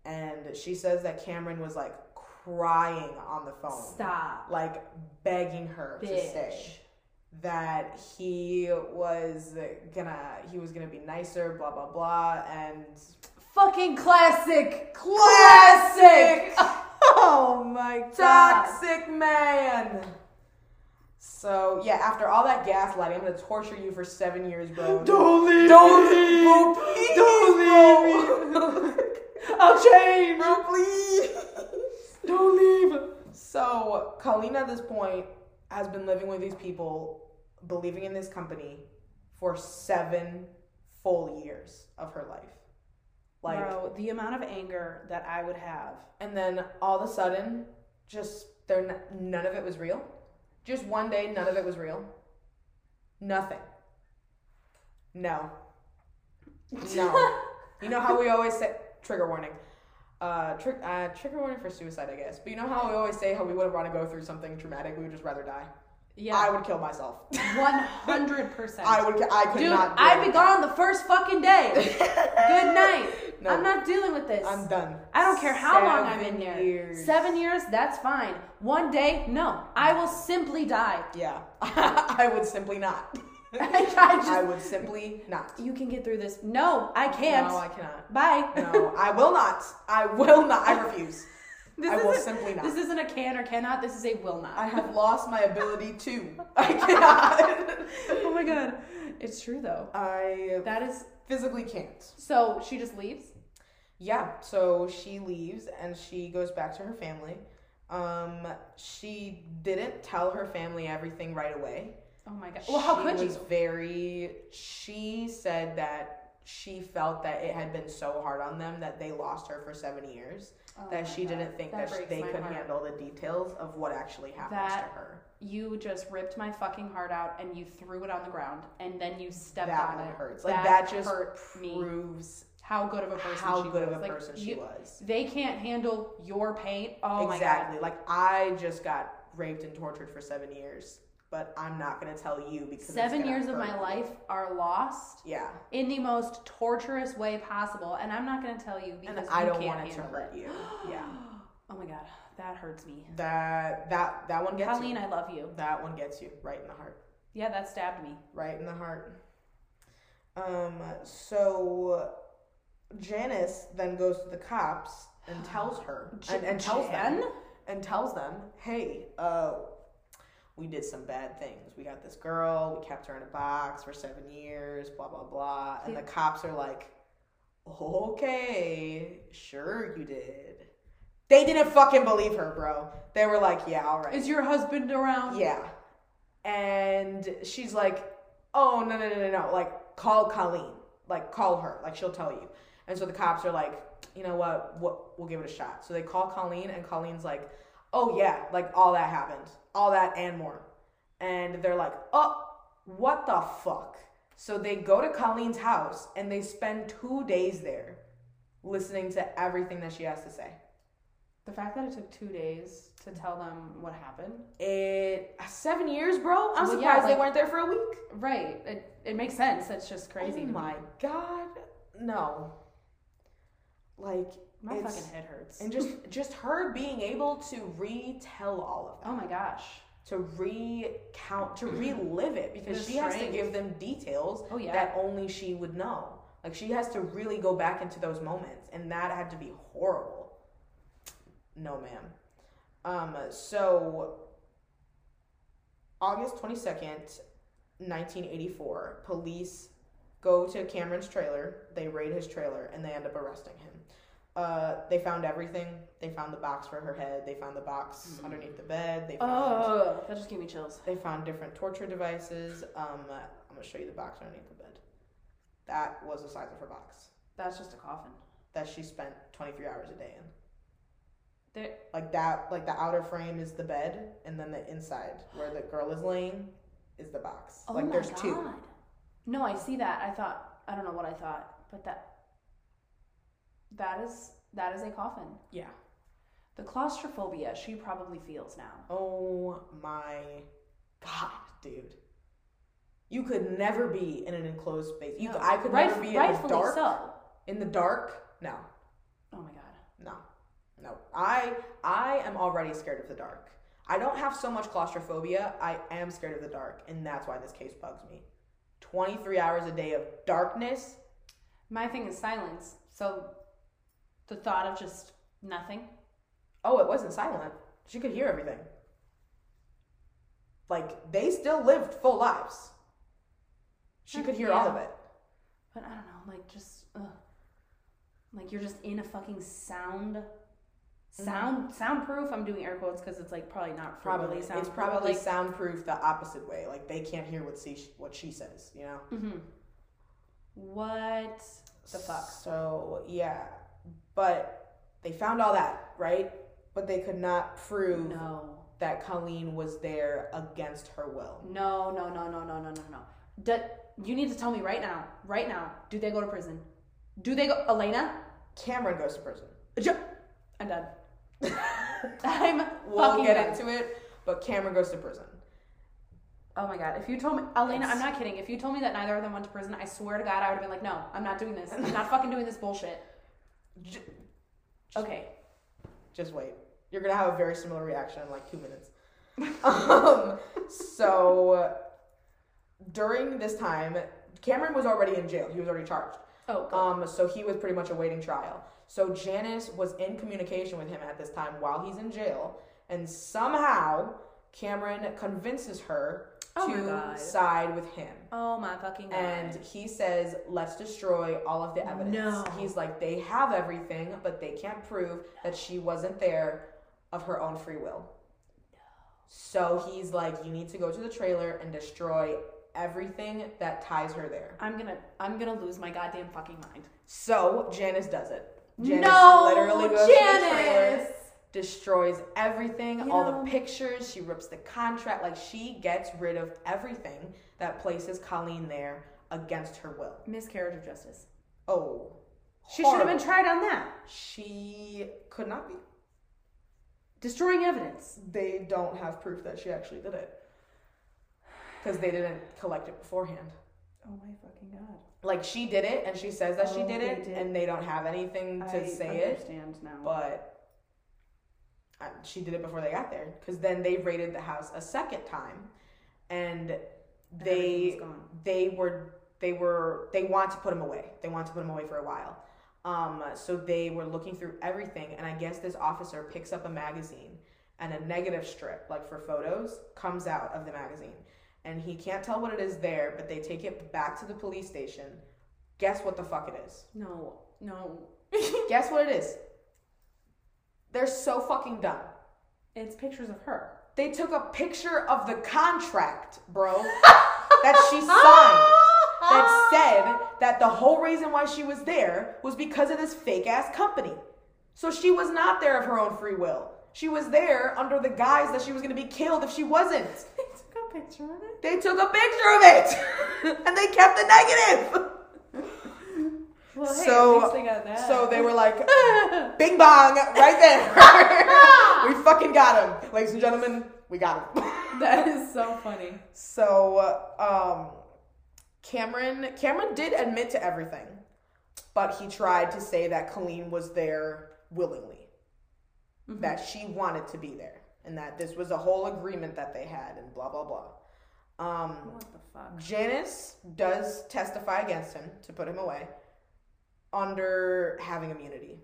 A: And she says that Cameron was like crying on the phone,
B: Stop.
A: like begging her to stay.
B: Bitch.
A: That he was gonna, he was gonna be nicer, blah blah blah, and
B: Fucking classic.
A: classic. oh my
B: Stop.
A: toxic man. So yeah, after all that gaslighting, I'm gonna torture you for seven years, bro.
C: Don't leave.
A: Don't
C: me.
A: leave, bro, please,
C: Don't leave me. I'll change.
A: Bro, please.
C: Don't leave.
A: So, Colleen at this point has been living with these people, believing in this company for seven full years of her life. Like,
C: Bro, the amount of anger that I would have.
A: and then all of a sudden, just there, n- none of it was real. Just one day, none of it was real. Nothing. No. No. you know how we always say trigger warning. Uh, tri- uh, trigger warning for suicide, I guess. But you know how we always say how we wouldn't want to go through something traumatic. We would just rather die. I
B: Yeah.
A: would kill myself.
B: One hundred percent.
A: I would. ki- I could
B: Dude,
A: not. do
B: I'd
A: it.
B: be gone the first fucking day. Good night.
A: No.
B: I'm not dealing with this.
A: I'm done.
B: I don't care how long I'm
A: Seven
B: in there.
A: years.
B: Seven years, that's fine. One day, no. I will simply die.
A: Yeah. I would simply not.
B: I just-
A: I would simply not.
B: You can get through this. No, I can't.
A: No, I cannot.
B: Bye.
A: No, I will not. I will not. I refuse.
B: This
A: I will
B: isn't-
A: simply not.
B: This isn't a can or cannot. This is a will not.
A: I have lost my ability to. I cannot.
B: oh my god, it's true though.
A: I
B: That is
A: physically can't.
B: so. She just leaves.
A: Yeah, so she leaves and she goes back to her family. Um, she didn't tell her family everything right away.
B: Oh my god. Well, how
A: She
B: could
A: was
B: you?
A: Very. She said that she felt that it had been so hard on them that they lost her for seven years
B: Oh
A: that
B: my
A: she
B: God.
A: didn't think that,
B: That
A: she,
B: breaks
A: they
B: my
A: could
B: heart.
A: handle the details of what actually happened
B: That-
A: to her.
B: You just ripped my fucking heart out and you threw it on the ground and then you stepped
A: That
B: on
A: one
B: it.
A: hurts. Like that, just
B: hurt me.
A: proves
B: How good of a person
A: how
B: she
A: good
B: was.
A: of a
B: Like,
A: person she
B: you-
A: was.
B: They can't handle your pain. Oh
A: exactly. Like I just got raped and tortured for seven years, but I'm not gonna tell you
B: my god.
A: because it's
B: Seven
A: gonna
B: years of
A: hurt
B: my
A: you.
B: life are lost
A: Yeah,
B: in the most torturous way possible, and I'm not going to tell you because
A: and I
B: you
A: don't
B: can't
A: want it to
B: handle
A: hurt you. Yeah,
B: Oh my god, that hurts me.
A: that that that one gets
B: Colleen,
A: you.
B: I love you.
A: That one gets you right in the heart.
B: Yeah, that stabbed me.
A: right in the heart. Um, so Janice then goes to the cops and tells her and, and tells them
B: Jan?
A: and tells them, "Hey, uh, we did some bad things. We got this girl. We kept her in a box for seven years. Blah blah blah." And the cops are like, "Okay, sure you did." They didn't fucking believe her, bro. They were like, "Yeah, all right."
B: Is your husband around?
A: Yeah. And she's like, oh, no, no, no, no, no. Like, call Colleen. Like, call her. Like, she'll tell you. And so the cops are like, you know what? what we'll give it a shot. So they call Colleen, and Colleen's like, oh, yeah. Like, all that happened. All that and more. And they're like, oh, what the fuck? So they go to Colleen's house, and they spend two days there listening to everything that she has to say.
B: The fact that it took two days to tell them what happened.
A: It seven years, bro. I'm
B: Well,
A: surprised
B: yeah,
A: they
B: like-
A: weren't there for a week.
B: Right. It, it makes sense. That's just crazy.
A: Oh
B: to me.
A: my god, no. Like
B: My
A: it's-
B: fucking head hurts.
A: and just just her being able to retell all of that,
B: oh my gosh.
A: to recount, to relive it because
B: The
A: she has to
B: strength.
A: give them details
B: Oh, yeah.
A: that only she would know. Like she has to really go back into those moments, and that had to be horrible. No, ma'am. Um, so August 22nd, 1984, police go to Cameron's trailer. They raid his trailer and they end up arresting him. Uh, they found everything. They found the box for her head. They found the box underneath the bed. They found
B: Mm-hmm. Oh, that just gave me chills.
A: they found different torture devices. Um, I'm gonna show you the box underneath the bed. That was the size of her box
B: That's just a coffin.
A: that she spent 23 hours a day in.
B: There-
A: Like that, like the outer frame is the bed, and then the inside where the girl is laying is the box.
B: Oh
A: like
B: my
A: there's
B: god.
A: two.
B: No, I see that. I thought I don't know what I thought, but that that is that is a coffin.
A: Yeah.
B: The claustrophobia she probably feels now.
A: Oh my god, dude. You could never be in an enclosed space. You,
B: No.
A: I could
B: Right,
A: never be in the
B: rightfully
A: dark.
B: so.
A: In the dark, no,
B: Oh my god.
A: no, no. I, I am already scared of the dark. I don't have so much claustrophobia. I am scared of the dark, and that's why this case bugs me. Twenty-three hours a day of darkness.
B: My thing is silence. So the thought of just nothing.
A: Oh, it wasn't silent. She could hear everything. Like they still lived full lives. She could hear all of it.
B: But I don't know, like just ugh. like you're just in a fucking sound sound soundproof. I'm doing air quotes because it's like probably
A: Mm-hmm.
B: not
A: Probably,
B: probably soundproof.
A: it's probably
B: like,
A: soundproof the opposite way. Like they can't hear what she what she says. You know.
B: mhm. what the fuck.
A: So yeah, but they found all that right, but they could not prove
B: No.
A: that Colleen was there against her will.
B: No, no, no, no, no, no, no, no. Do, you need to tell me right now, right now, do they go to prison? Do they go Elena?
A: Cameron goes to prison.
B: Ju- I'm done. I'm
A: We'll
B: fucking
A: get
B: done.
A: into it, but Cameron goes to prison.
B: Oh my god! If you told me, Elena, I'm
A: It's-
B: not kidding. If you told me that neither of them went to prison, I swear to God, I would have been like, no, I'm not doing this. I'm not fucking doing this bullshit.
A: J-
B: Okay.
A: just wait. You're gonna have a very similar reaction in like two minutes. um, so during this time, Cameron was already in jail. He was already charged.
B: Oh, God.
A: Um, so he was pretty much awaiting trial. So Janice was in communication with him at this time while he's in jail, and somehow Cameron convinces her
B: Oh my
A: to
B: God.
A: side with him.
B: oh my fucking god.
A: And he says, let's destroy all of the evidence.
B: No.
A: He's like, they have everything, but they can't prove that she wasn't there of her own free will. So he's like, you need to go to the trailer and destroy everything that ties her there.
B: I'm gonna, I'm gonna lose my goddamn fucking mind.
A: So Janice does it. Janice
B: no,
A: literally goes to the trailer,
B: Janice.
A: destroys everything,
B: You
A: all
B: know-
A: the pictures, she rips the contract. Like, she gets rid of everything that places Colleen there against her will.
B: Miscarriage of justice.
A: Oh.
B: She should have
A: horrible.
B: been tried on that.
A: She could not be.
B: Destroying evidence.
A: They don't have proof that she actually did it. Because they didn't collect it beforehand.
C: Oh my fucking god.
A: Like, she did it, and she says that she
C: Oh,
A: did
C: they
A: it,
C: did.
A: and they don't have anything to
C: I
A: say it,
C: understand now.
A: but uh, she did it before they got there. Because then they raided the house a second time, and
B: And
A: they
B: everything's gone.
A: they were they were they want to put him away. They want to put him away for a while. Um, so they were looking through everything, and I guess this officer picks up a magazine and a negative strip, like for photos, comes out of the magazine, and he can't tell what it is there, but they take it back to the police station. Guess what the fuck it is?
B: No, no.
A: Guess what it is? They're so fucking dumb.
B: It's pictures of her.
A: They took a picture of the contract, bro, that she signed. that said that the whole reason why she was there was because of this fake ass company. So she was not there of her own free will. She was there under the guise that she was going to be killed if she wasn't.
B: They took a picture of it.
A: They took a picture of it and they kept the negative.
B: Well, hey,
A: So-
B: at least they got that.
A: So they were like, bing bong, right there. we fucking got him. Ladies and gentlemen, we got him.
B: that is so funny.
A: So um, Cameron Cameron did admit to everything, but he tried to say that Colleen was there willingly,
B: Mm-hmm.
A: that she wanted to be there, and that this was a whole agreement that they had, and blah blah blah. Um,
B: What the fuck?
A: Janice does testify against him to put him away under having immunity,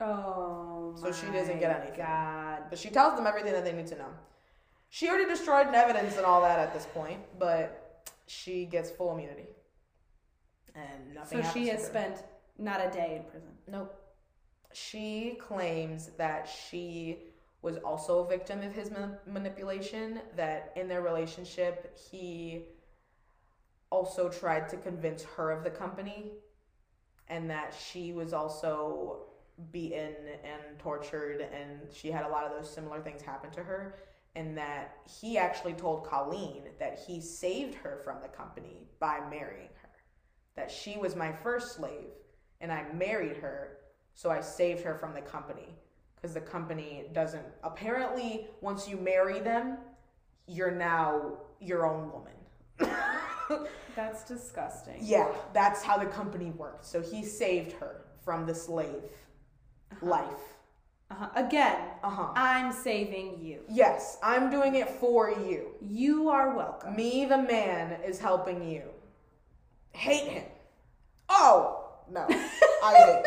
B: Oh.
A: So she
B: my
A: doesn't get anything.
B: God.
A: but she tells them everything that they need to know. She already destroyed evidence and all that at this point, but she gets full immunity. And nothing
B: So
A: happens
B: she
A: to
B: has
A: her.
B: spent not a day in prison.
A: Nope. She claims that she was also a victim of his ma- manipulation, that in their relationship, he also tried to convince her of the company, and that she was also beaten and tortured, and she had a lot of those similar things happen to her. And that he actually told Colleen that he saved her from the company by marrying her. That she was my first slave, and I married her, so I saved her from the company. Because the company doesn't, apparently, once you marry them, you're now your own woman.
B: That's disgusting.
A: yeah, that's how the company worked. So he saved her from the slave life.
B: Uh-huh. Again,
A: Uh huh.
B: I'm saving you.
A: Yes, I'm doing it for you.
B: You are welcome.
A: Me, the man, is helping you. Hate him. Oh no, I hate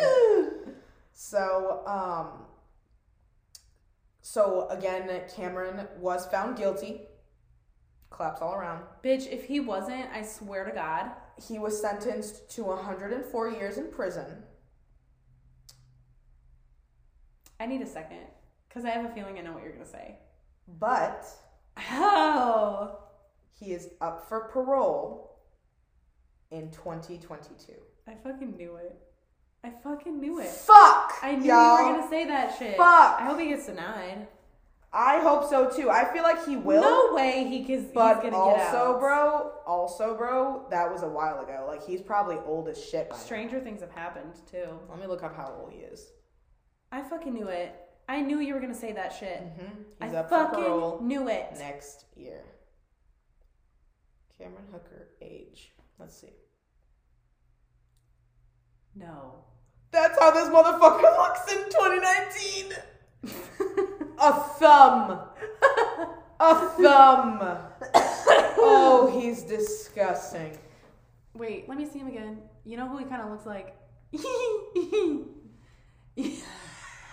A: him. So, um, so again, Cameron was found guilty. Claps all around.
B: Bitch, if he wasn't, I swear to God.
A: He was sentenced to 104 years in prison.
B: I need a second. Because I have a feeling I know what you're going to say.
A: But
B: Oh.
A: he is up for parole in 2022.
B: I fucking knew it. I fucking knew it.
A: Fuck!
B: I knew
A: y'all.
B: you were going to say that shit.
A: Fuck.
B: I hope he gets denied.
A: I hope so too. I feel like he will.
B: No way he gets,
A: But
B: he's going to
A: also,
B: get out.
A: bro, also, bro, that was a while ago. Like he's probably old as shit. By now.
B: Stranger things have happened, too.
A: Let me look up how old he is.
B: I fucking knew it. I knew you were going to say that shit.
A: Mm-hmm. He's
B: I
A: up for
B: fucking
A: parole
B: knew it.
A: next year. Cameron Hooker age. Let's see.
B: No.
A: That's how this motherfucker looks in 2019. a thumb. a thumb. oh, he's disgusting.
B: Wait, let me see him again. You know who he kind of looks like?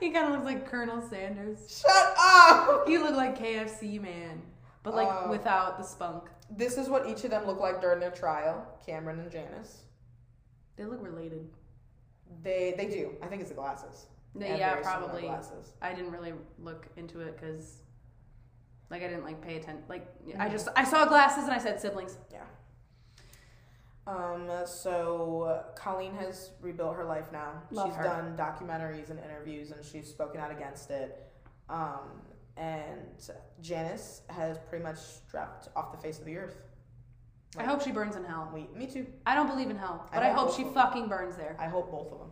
B: he kind of looks like Colonel Sanders.
A: Shut up.
B: He looked like KFC man, but like
A: Oh.
B: without the spunk.
A: This is what each of them looked like during their trial. Cameron and Janice.
B: They look related.
A: They they do. I think it's the glasses. They
B: They,
A: have
B: yeah,
A: very similar
B: probably.
A: Glasses.
B: I didn't really look into it because, like, I didn't like pay attention. Like, I
A: Mm-hmm.
B: just I saw glasses and I said siblings.
A: Yeah. Um. So Colleen has rebuilt her life now.
B: Love
A: she's
B: her.
A: done documentaries and interviews, and she's spoken out against it. Um. And Janice has pretty much dropped off the face of the earth.
B: I
A: Like-
B: hope she burns in hell.
A: We, me too.
B: I don't believe in hell,
A: I
B: but I,
A: hope
B: hope
A: both
B: she
A: of them.
B: fucking burns there.
A: I hope both of them.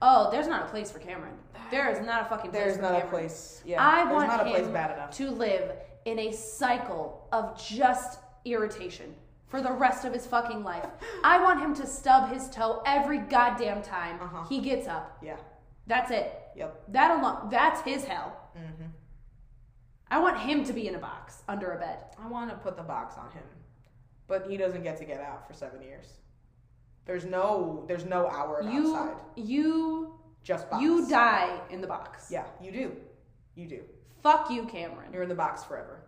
B: Oh, there's not a place for Cameron. There is not a fucking place.
A: There's
B: for
A: not a
B: Cameron.
A: place. Yeah.
B: I
A: there's
B: want
A: not a place
B: him
A: bad enough.
B: to live in a cycle of just irritation for the rest of his fucking life. I want him to stub his toe every goddamn time
A: Uh-huh.
B: he gets up.
A: Yeah.
B: That's it.
A: Yep.
B: That alone, that's his hell.
A: hmm
B: I want him to be in a box under a bed.
A: I want to put the box on him, but he doesn't get to get out for seven years. There's no, there's no hour of
B: You,
A: outside.
B: you,
A: Just box.
B: you die in the box.
A: Yeah, you do. You do.
B: Fuck you, Cameron.
A: You're in the box forever.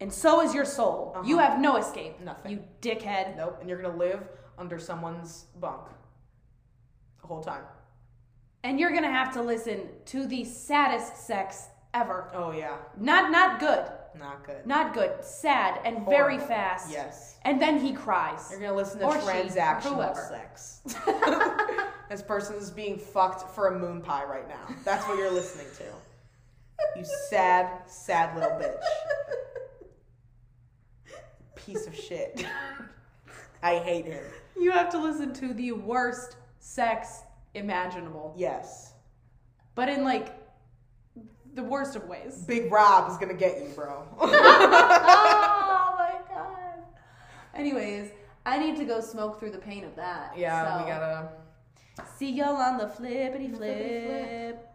B: And so is your soul.
A: Uh-huh.
B: You have no escape.
A: Nothing.
B: You dickhead.
A: Nope. And you're gonna live under someone's bunk the whole time.
B: And you're gonna have to listen to the saddest sex ever.
A: Oh yeah,
B: Not, not good.
A: not good.
B: not good, sad, and very
A: Horrible.
B: fast.
A: Yes.
B: And then he cries.
A: You're gonna listen to
B: Or she, or
A: transactional
B: whoever.
A: sex. this person is being fucked for a moon pie right now. That's what you're listening to. You sad, sad little bitch. Piece of shit. I hate him.
B: You have to listen to the worst sex imaginable,
A: Yes.
B: but in like the worst of ways.
A: Big Rob is gonna get you, bro.
B: oh my god. Anyways, I need to go smoke through the pain of that.
A: yeah,
B: so.
A: we gotta.
B: See y'all on the flippity flip.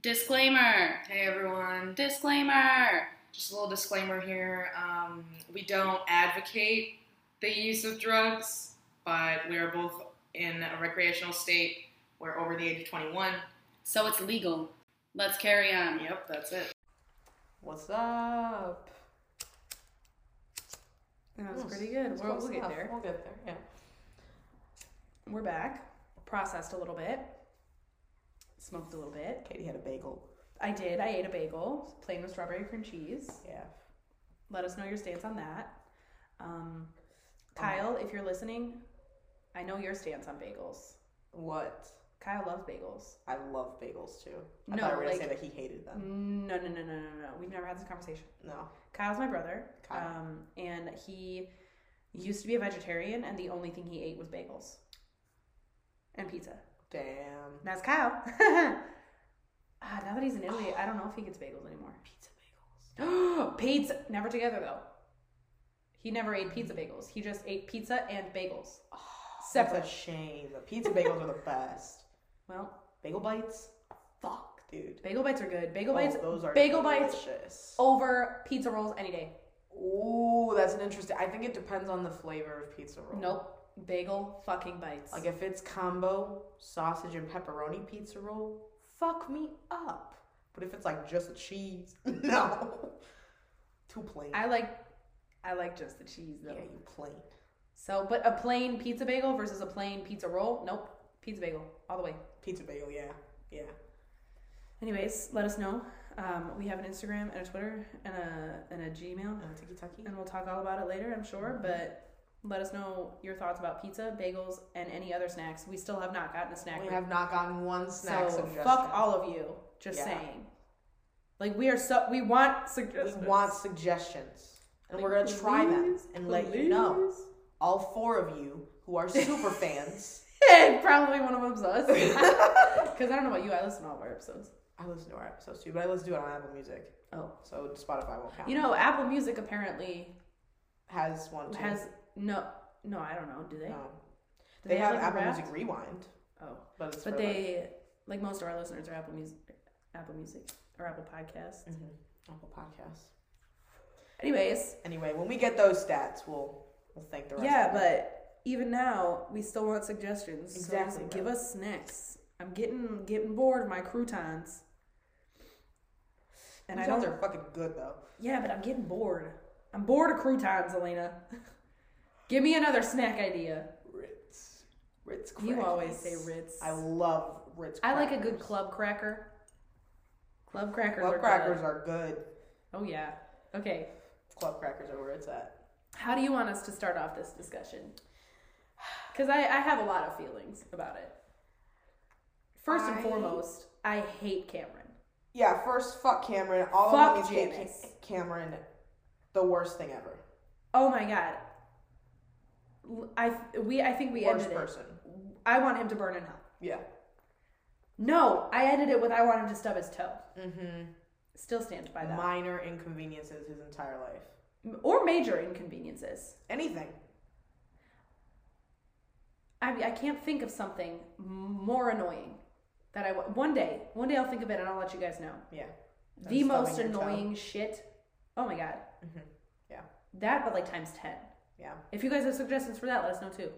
B: Disclaimer.
D: Hey everyone.
B: Disclaimer.
D: Just a little disclaimer here. Um, we don't advocate the use of drugs, but we are both in a recreational state. We're over the age of 21.
B: So it's legal. Let's carry on.
D: Yep, that's it.
A: What's up?
B: That was pretty good. We'll, we'll get there.
A: We'll get there. Yeah.
B: We're back. Processed a little bit. Smoked a little bit.
A: Katie had a bagel.
B: I did. I ate a bagel, plain with strawberry cream cheese.
A: Yeah.
B: Let us know your stance on that. Um, Kyle, if you're listening, I know your stance on bagels.
A: What?
B: Kyle loves bagels.
A: I love bagels too. I
B: No,
A: thought you were gonna
B: like-
A: say that he hated them.
B: No, no, no, no, no, no. We've never had this conversation.
A: No.
B: Kyle's my brother,
A: Kyle.
B: um, and he used to be a vegetarian, and the only thing he ate was bagels and pizza.
A: Damn.
B: And that's Kyle. ah, now that he's in Italy, I don't know if he gets bagels anymore.
A: Pizza bagels.
B: pizza. Never together though. He never ate pizza bagels. He just ate pizza and bagels.
A: That's
B: Separate.
A: a shame. The pizza bagels are the best.
B: Well,
A: Bagel bites? Fuck, dude.
B: bagel bites are good. Bagel
A: Oh,
B: bites
A: those are
B: bagel bites
A: delicious.
B: over pizza rolls any day.
A: Ooh, that's an interesting. I think it depends on the flavor of pizza roll.
B: Nope. Bagel fucking bites.
A: Like if it's combo sausage and pepperoni pizza roll, fuck me up. But if it's like just a cheese, no. Too plain.
B: I like I like just the cheese though.
A: yeah, you plain.
B: So, but a plain pizza bagel versus a plain pizza roll? Nope. Pizza bagel all the way.
A: Pizza bagel, yeah. Yeah.
B: Anyways, let us know. Um, we have an Instagram and a Twitter and a and a Gmail,
A: And tiki taki.
B: and we'll talk all about it later, I'm sure. But let us know your thoughts about pizza, bagels, and any other snacks. We still have not gotten a snack.
A: We
B: review.
A: have not gotten one snack
B: so
A: suggestion.
B: fuck all of you. Just
A: Yeah.
B: saying. Like we are so we want
A: We
B: suggestions.
A: want suggestions. And
B: Like,
A: we're gonna try them
B: please,
A: and let you know.
B: please.
A: All four of you who are super fans.
B: And probably one of them's us. Because I don't know about you, I listen to all of our episodes.
A: I listen to our episodes too, but I listen to it on Apple Music.
B: Oh.
A: So Spotify won't count.
B: You know, Apple Music apparently
A: has one too.
B: has no, no, I don't know. Do they?
A: No.
B: Do
A: They, have
B: like, a
A: Apple
B: Wrapped?
A: Music Rewind,
B: Oh,
A: but it's
B: but
A: for, like,
B: they like most of our listeners are Apple Music, Apple Music or Apple Podcasts. Mm-hmm.
A: Apple Podcasts.
B: Anyways,
A: Anyway, when we get those stats, we'll we'll thank the rest.
B: yeah,
A: of them.
B: but even now we still want suggestions. so
A: Exactly.
B: give us snacks. I'm getting getting bored of my croutons. And I
A: These ones
B: don't.
A: are fucking good though.
B: Yeah, but I'm getting bored. I'm bored of croutons, Elena. Give me another snack idea.
A: Ritz, Ritz.
B: You
A: Crackers.
B: always say Ritz.
A: I love Ritz.
B: I like a good
A: crackers.
B: club cracker. Club crackers
A: Club
B: are
A: crackers
B: good.
A: are good.
B: Oh yeah. Okay.
A: Club crackers are where it's at.
B: How do you want us to start off this discussion? Because I, I have a lot of feelings about it. First
A: I-
B: and foremost, I hate Cameron.
A: Yeah, first fuck Cameron. All
B: Fuck
A: of these hate
B: Janice.
A: Ca- Cameron, the worst thing ever.
B: Oh my god. L- I we I think we
A: worst
B: ended
A: person.
B: it. I want him to burn in hell.
A: Yeah.
B: No, I ended it with I want him to stub his toe.
A: Mm-hmm.
B: Still stand by that.
A: Minor inconveniences his entire life.
B: or major inconveniences.
A: Anything.
B: I mean, I can't think of something more annoying that I wa- one day one day I'll think of it and I'll let you guys know.
A: Yeah.
B: the
A: That's
B: most
A: stubbing your toe.
B: annoying shit. Oh my god.
A: Mhm. Yeah.
B: That, but like times ten.
A: Yeah.
B: If you guys have suggestions for that, let us know too.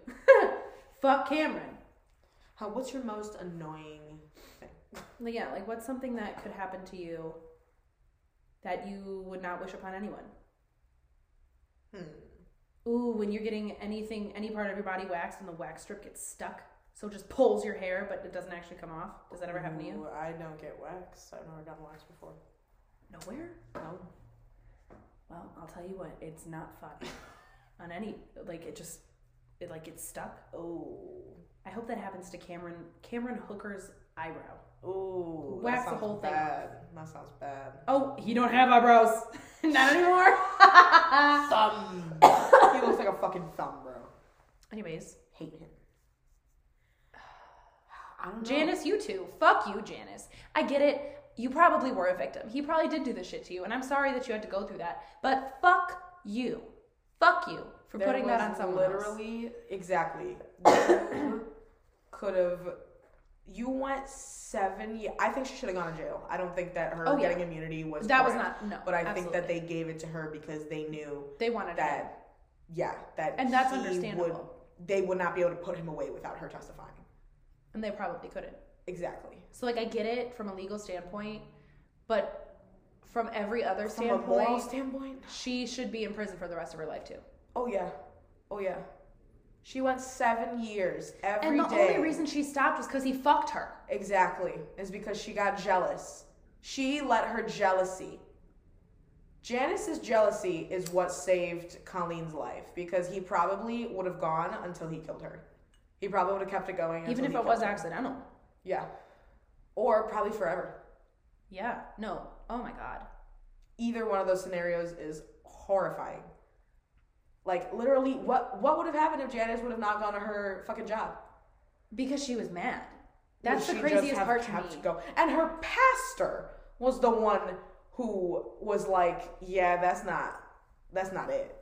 B: Fuck Cameron.
A: How, what's your most annoying thing?
B: Like, yeah, like what's something that could happen to you that you would not wish upon anyone?
A: Hmm.
B: Ooh, when you're getting anything, any part of your body waxed and the wax strip gets stuck, so it just pulls your hair, but it doesn't actually come off. Does that ever happen to you?
A: Ooh, I don't get waxed. I've never gotten waxed before.
B: Nowhere.
A: No.
B: Well, I'll tell you what, it's not fun. On any, like it just, it like gets stuck.
A: Oh.
B: I hope that happens to Cameron Cameron Hooker's eyebrow.
A: Ooh.
B: Wax the
A: that sounds
B: whole thing
A: bad. That sounds bad.
B: Oh, he don't have eyebrows. Not anymore.
A: Thumb. he looks like a fucking thumb, bro.
B: Anyways,
A: Hate him. I don't know.
B: Janice, you too. Fuck you, Janice. I get it. You probably were a victim. He probably did do this shit to you, and I'm sorry that you had to go through that. But fuck you. Fuck you for
A: There
B: putting that
A: was
B: on someone else.
A: Literally, exactly. You could have. You went seven years. I think she should have gone to jail. I don't think that her
B: Oh, yeah.
A: getting immunity was.
B: That was
A: correct.
B: not no.
A: But I think that
B: absolutely.
A: they gave it to her because they knew
B: they wanted that.
A: that yeah that
B: And that's
A: he would-
B: understandable.
A: they would not be able to put him away without her testifying
B: and they probably couldn't.
A: exactly
B: So like I get it from a legal standpoint, but from every other
A: from a moral
B: standpoint,
A: standpoint
B: she should be in prison for the rest of her life too.
A: oh yeah oh yeah she went seven years every day.
B: and the only reason she stopped was because he fucked her.
A: exactly is because she got jealous she let her jealousy Janice's jealousy is what saved Colleen's life because he probably would have gone until he killed her. He probably would have kept it going.
B: Even
A: until
B: if
A: he
B: it was
A: killed her.
B: accidental.
A: Yeah. Or probably forever.
B: Yeah. No. Oh my god.
A: either one of those scenarios is horrifying. Like literally, what what would have happened if Janice would have not gone to her fucking job?
B: Because she was mad. That's
A: Would
B: the
A: she just
B: craziest
A: have
B: part to
A: kept
B: me.
A: go- And her pastor was the one who was like, "Yeah, that's not that's not it."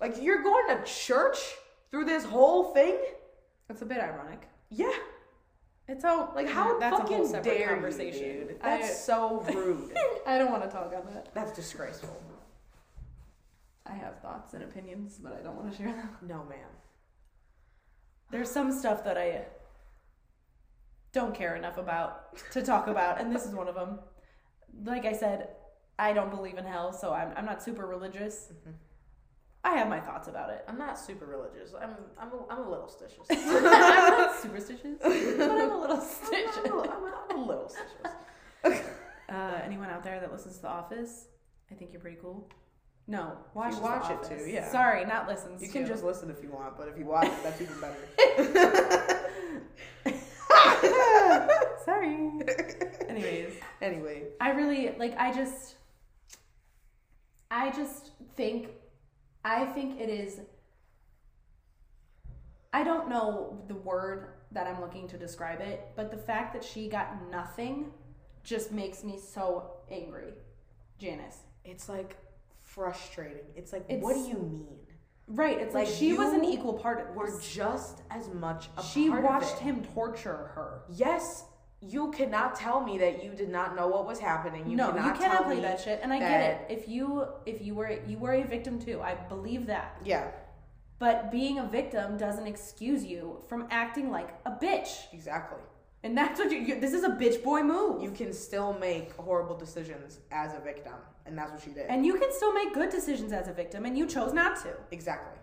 A: Like you're going to church through this whole thing?
B: It's a bit ironic.
A: Yeah.
B: It's all
A: Like how
B: that's
A: fucking
B: a whole separate
A: dare
B: conversation.
A: you, dude? That's so rude.
B: I, I don't want to talk on that.
A: that's disgraceful.
B: I have thoughts and opinions, but I don't want to share them.
A: No, ma'am.
B: There's some stuff that I don't care enough about to talk about, and this is one of them. Like I said, I don't believe in hell, so I'm, I'm not super religious.
A: Mhm.
B: I have my thoughts about it.
A: I'm not super religious. I'm I'm a, I'm a little stitious.
B: I'm not superstitious, but I'm a little
A: I'm,
B: stitch.
A: a little, I'm, a, I'm a little stitious.
B: Uh, anyone out there that listens to The Office, I think you're pretty cool. No,
A: Watch
B: watch,
A: watch
B: The
A: it too,
B: Office.
A: yeah.
B: Sorry, not listens.
A: You can
B: to.
A: just listen if you want, but if you watch it, that's even better.
B: Sorry. Anyways,
A: Anyway,
B: I really like. I just. I just think, I think it is. I don't know the word that I'm looking to describe it, but the fact that she got nothing just makes me so angry. Janice.
A: it's like frustrating. It's like,
B: It's-
A: what do you mean?
B: Right, it's like,
A: Like,
B: she was an
A: you
B: equal part of
A: We're
B: this.
A: just as much a
B: She
A: part
B: watched
A: of it.
B: him torture her.
A: Yes, you cannot tell me that you did not know what was happening. You
B: no,
A: cannot
B: you cannot
A: tell
B: play
A: me
B: that shit. And I
A: that-
B: get it. If you if you were you were a victim too, I believe that.
A: Yeah,
B: But being a victim doesn't excuse you from acting like a bitch.
A: exactly.
B: And that's what you, you this is a bitch boy move.
A: You can still make horrible decisions as a victim, and that's what she did.
B: and you can still make good decisions as a victim and you chose not to.
A: exactly.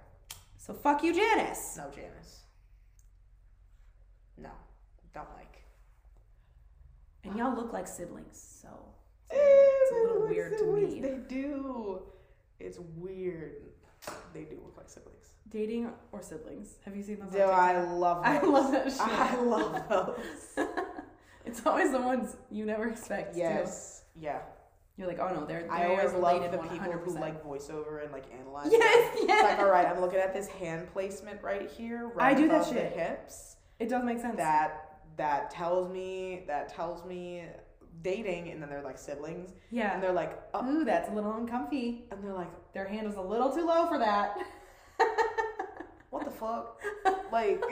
B: So fuck you, Janice.
A: No, Janice. No, don't like.
B: And y'all look like siblings, so it's a little weird to me.
A: They do. It's weird. They do look like siblings.
B: Dating or siblings. Have you seen those? on
A: Do
B: TikTok?
A: I love?
B: I
A: those.
B: love that shit.
A: I love those.
B: it's always the ones you never expect. Yes.
A: yes. Yeah.
B: You're like, oh no, they're.
A: I
B: they're
A: always love
B: related
A: the people who
B: 100%.
A: like voiceover and like analyze. it.
B: Yes,
A: It's
B: yes.
A: like, all right, I'm looking at this hand placement right here.
B: I
A: Right
B: do that
A: above
B: shit.
A: The hips.
B: it does make sense.
A: That that tells me that tells me dating, and then they're like siblings, and
B: yeah.
A: they're like, oh,
B: Ooh, that's a little uncomfy.
A: and they're like,
B: Their hand was a little too low for that.
A: what the fuck? like,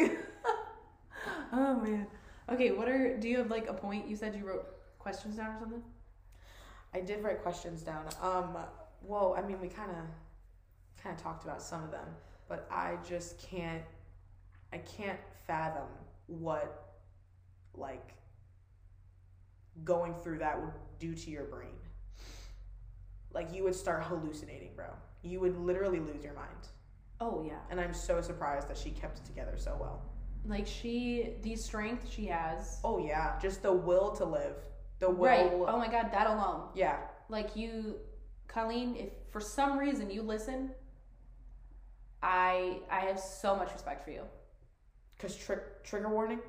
B: oh man. Okay, what are? Do you have like a point? You said you wrote questions down or something.
A: I did write questions down. Um, well, I mean, we kind of kind of talked about some of them, but I just can't I can't fathom what like going through that would do to your brain. Like you would start hallucinating, bro. You would literally lose your mind.
B: Oh yeah.
A: And I'm so surprised that she kept it together so well.
B: Like she, the strength she has.
A: Oh yeah, just the will to live. The will
B: right. Oh my God, that alone.
A: Yeah.
B: like you colleen if for some reason you listen i i have so much respect for you
A: Because trick trigger warning.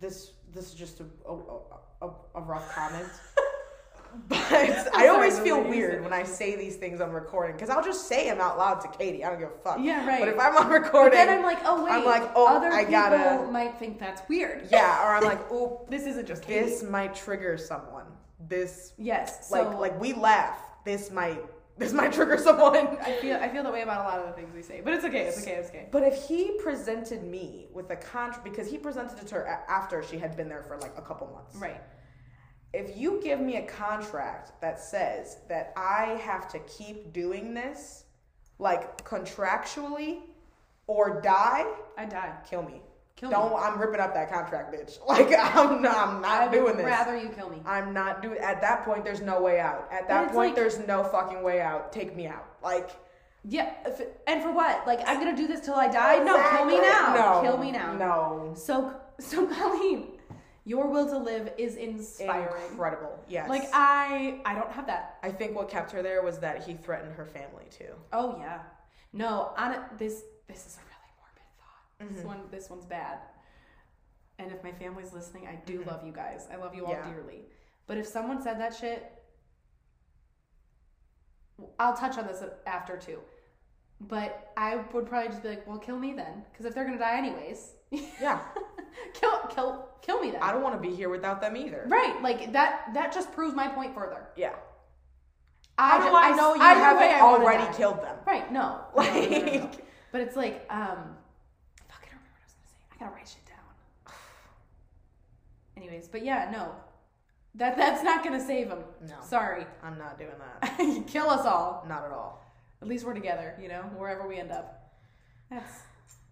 A: This this is just a a, a, a rough comment. But I
B: sorry,
A: always
B: the
A: feel
B: way you said
A: weird
B: it
A: when I say these things on recording because I'll just say them out loud to Katie. I don't give a fuck.
B: yeah right
A: But if I'm on
B: But
A: recording,
B: then i'm like oh wait
A: I'm like, oh,
B: other
A: I
B: people
A: gotta-
B: might think that's weird
A: yeah, or I'm like, oh,
B: this isn't just Katie.
A: this might trigger someone. This
B: yes so
A: like like we laugh. This might this might trigger someone.
B: i feel i feel the way about a lot of the things we say but it's okay it's okay it's okay
A: But if he presented me with a contract, because he presented it to her a- after she had been there for like a couple months,
B: right
A: if you give me a contract that says that I have to keep doing this, like contractually, or die,
B: i die
A: kill me.
B: kill me
A: Don't. I'm ripping up that contract, bitch. Like I'm. Not, I'm not
B: i would
A: doing this.
B: rather you kill me
A: I'm not doing. At that point, there's no way out. At
B: But
A: that
B: it's
A: point,
B: like-
A: there's no fucking way out. Take me out. Like
B: yeah if, and for what like i'm gonna do this till i die no kill me
A: exactly.
B: now
A: No.
B: kill me now
A: No.
B: so so colleen your will to live is inspiring
A: Incredible. Yes.
B: Like I, I don't have that.
A: I think what kept her there was that he threatened her family too.
B: Oh yeah, no. On it, this, this is a really morbid thought. This one, this one's bad. And if my family's listening, I do love you guys. I love you all
A: Yeah.
B: dearly. But if someone said that shit, I'll touch on this after too. But I would probably just be like, "Well, kill me then," because if they're gonna die anyways,
A: Yeah.
B: kill, kill, kill me then.
A: I don't want to be here without them either.
B: Right, like that. That just proves my point further.
A: Yeah.
B: I,
A: How do
B: ju-
A: I know you
B: either way,
A: haven't
B: I wanna
A: already
B: die.
A: killed them?
B: Right? No. No, no, no, no, no.
A: Like,
B: But it's like, um, fuck, I don't remember what I was gonna say. I gotta write shit down. Anyways, but yeah, no, that that's not gonna save him.
A: no,
B: Sorry,
A: I'm not doing that.
B: kill us all.
A: Not at all.
B: At least we're together, you know, wherever we end up. That's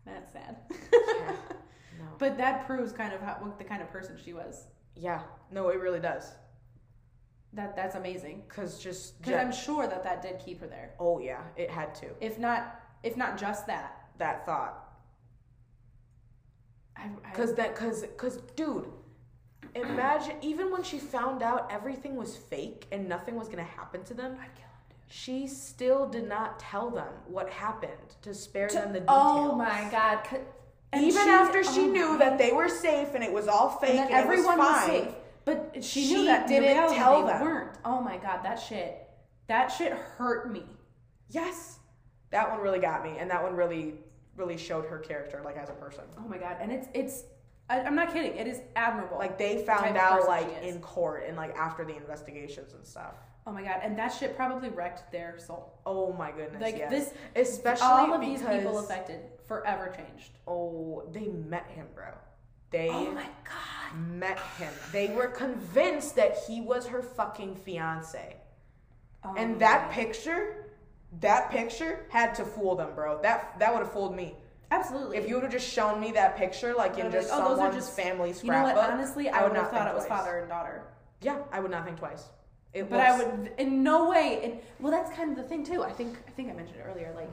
B: that's sad.
A: No.
B: but that proves kind of how, what the kind of person she was.
A: Yeah. No, it really does.
B: That that's amazing.
A: Cause just.
B: Because I'm sure that that did keep her there.
A: oh yeah, it had to.
B: If not, if not just that.
A: That thought.
B: I, I,
A: Cause that. Cause. Cause, dude. Imagine even when she found out everything was fake and nothing was gonna happen to them,
B: I'd kill him, dude.
A: she still did not tell them what happened to spare them the details.
B: Oh my god. c- and
A: Even
B: she-
A: after she
B: oh
A: knew
B: my-
A: that they were safe and it was all fake
B: and
A: and,
B: that
A: it was
B: everyone was,
A: fine,
B: safe. But she,
A: She
B: knew that in
A: didn't
B: reality
A: tell
B: they
A: them.
B: weren't. Oh my god, that shit. That shit hurt me.
A: Yes. That one really got me, and that one really, really showed her character, like as a person.
B: Oh my god. And it's it's I, I'm not kidding. It is admirable.
A: Like they
B: type
A: found
B: of
A: out,
B: person
A: like
B: she is.
A: in court and like after the investigations and stuff.
B: oh my god. And that shit probably wrecked their soul.
A: Oh my goodness!
B: Like
A: yes.
B: this
A: especially
B: all of
A: because,
B: these people affected forever changed.
A: Oh, they met him, bro. They
B: Oh my god.
A: met him. They were convinced that he was her fucking fiance.
B: Oh my
A: And that
B: God.
A: picture, that picture had to fool them, bro. That that would have fooled me.
B: Absolutely.
A: If you would have just shown me that picture, like in
B: I'd be
A: just
B: like, "Oh, those are
A: someone's
B: just-
A: family
B: you know
A: scrapbook,
B: what? Honestly, I,
A: I would
B: would have
A: not
B: thought it
A: think
B: was
A: twice.
B: father and daughter.
A: yeah, I would not think twice. It
B: But I
A: looks-
B: would in no way. And well, that's kind of the thing too. I think I think I mentioned it earlier. Like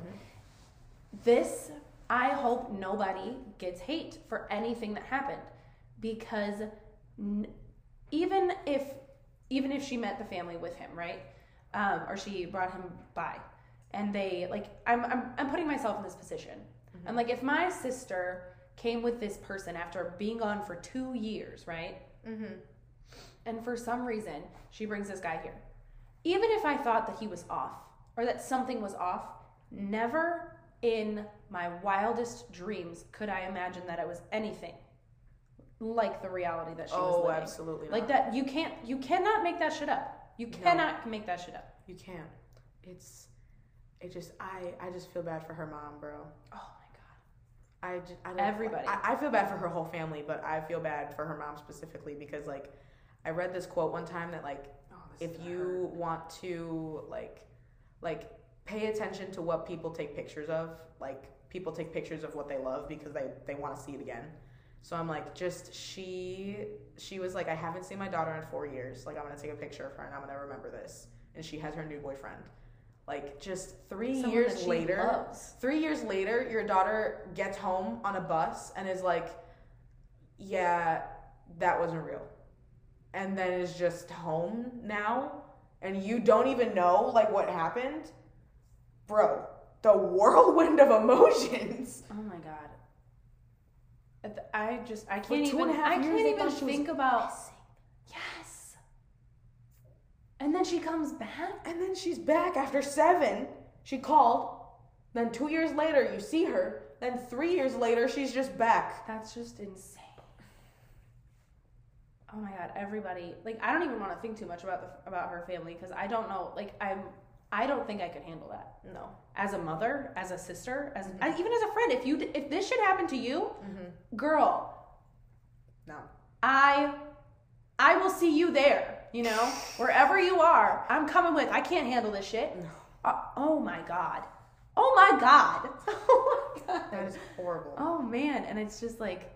B: this, I hope nobody gets hate for anything that happened, because n- even if even if she met the family with him, right, um, or she brought him by, and they like, I'm I'm, I'm putting myself in this position. I'm like, if my sister came with this person after being gone for two years, right? and for some reason she brings this guy here. Even if I thought that he was off or that something was off, never in my wildest dreams could I imagine that it was anything like the reality that she was
A: Oh,
B: living.
A: absolutely. not.
B: Like that you can't you cannot make that shit up. You cannot make that shit up.
A: You can't. It's. It just. I. I just feel bad for her mom, bro.
B: Oh my
A: I. Just, I don't,
B: Everybody.
A: I, I feel bad for her whole family, but I feel bad for her mom specifically because, like, I read this quote one time that, like,
B: god.
A: if you want to like like pay attention to what people take pictures of like people take pictures of what they love because they they want to see it again so i'm like just she she was like i haven't seen my daughter in four years like i'm gonna take a picture of her and i'm gonna remember this and she has her new boyfriend like just three
B: Someone that
A: years
B: she
A: later
B: loves.
A: Three years later, your daughter gets home on a bus and is like, yeah, that wasn't real. And then is just home now and you don't even know like what happened. Bro, the whirlwind of emotions.
B: Oh my god. At the- I just I
A: For
B: can't
A: two
B: even
A: and a half
B: I
A: years,
B: can't
A: they
B: even
A: thought she was
B: think about Yes. And then she comes back.
A: And then she's back after seven. She called. Then two years later, you see her. Then three years later, she's just back.
B: That's just insane. Oh my god, everybody. Like I don't even want to think too much about the, about her family cuz I don't know. Like I'm I don't think I could handle that.
A: No. Mm-hmm.
B: As a mother, as a sister, as I- even as a friend, if you d- if this shit happened to you, girl,
A: No.
B: I I will see you there, you know? Wherever you are, I'm coming with. I can't handle this shit. Uh, oh my god. Oh my god. Oh my god.
A: That is horrible.
B: Oh man, and it's just like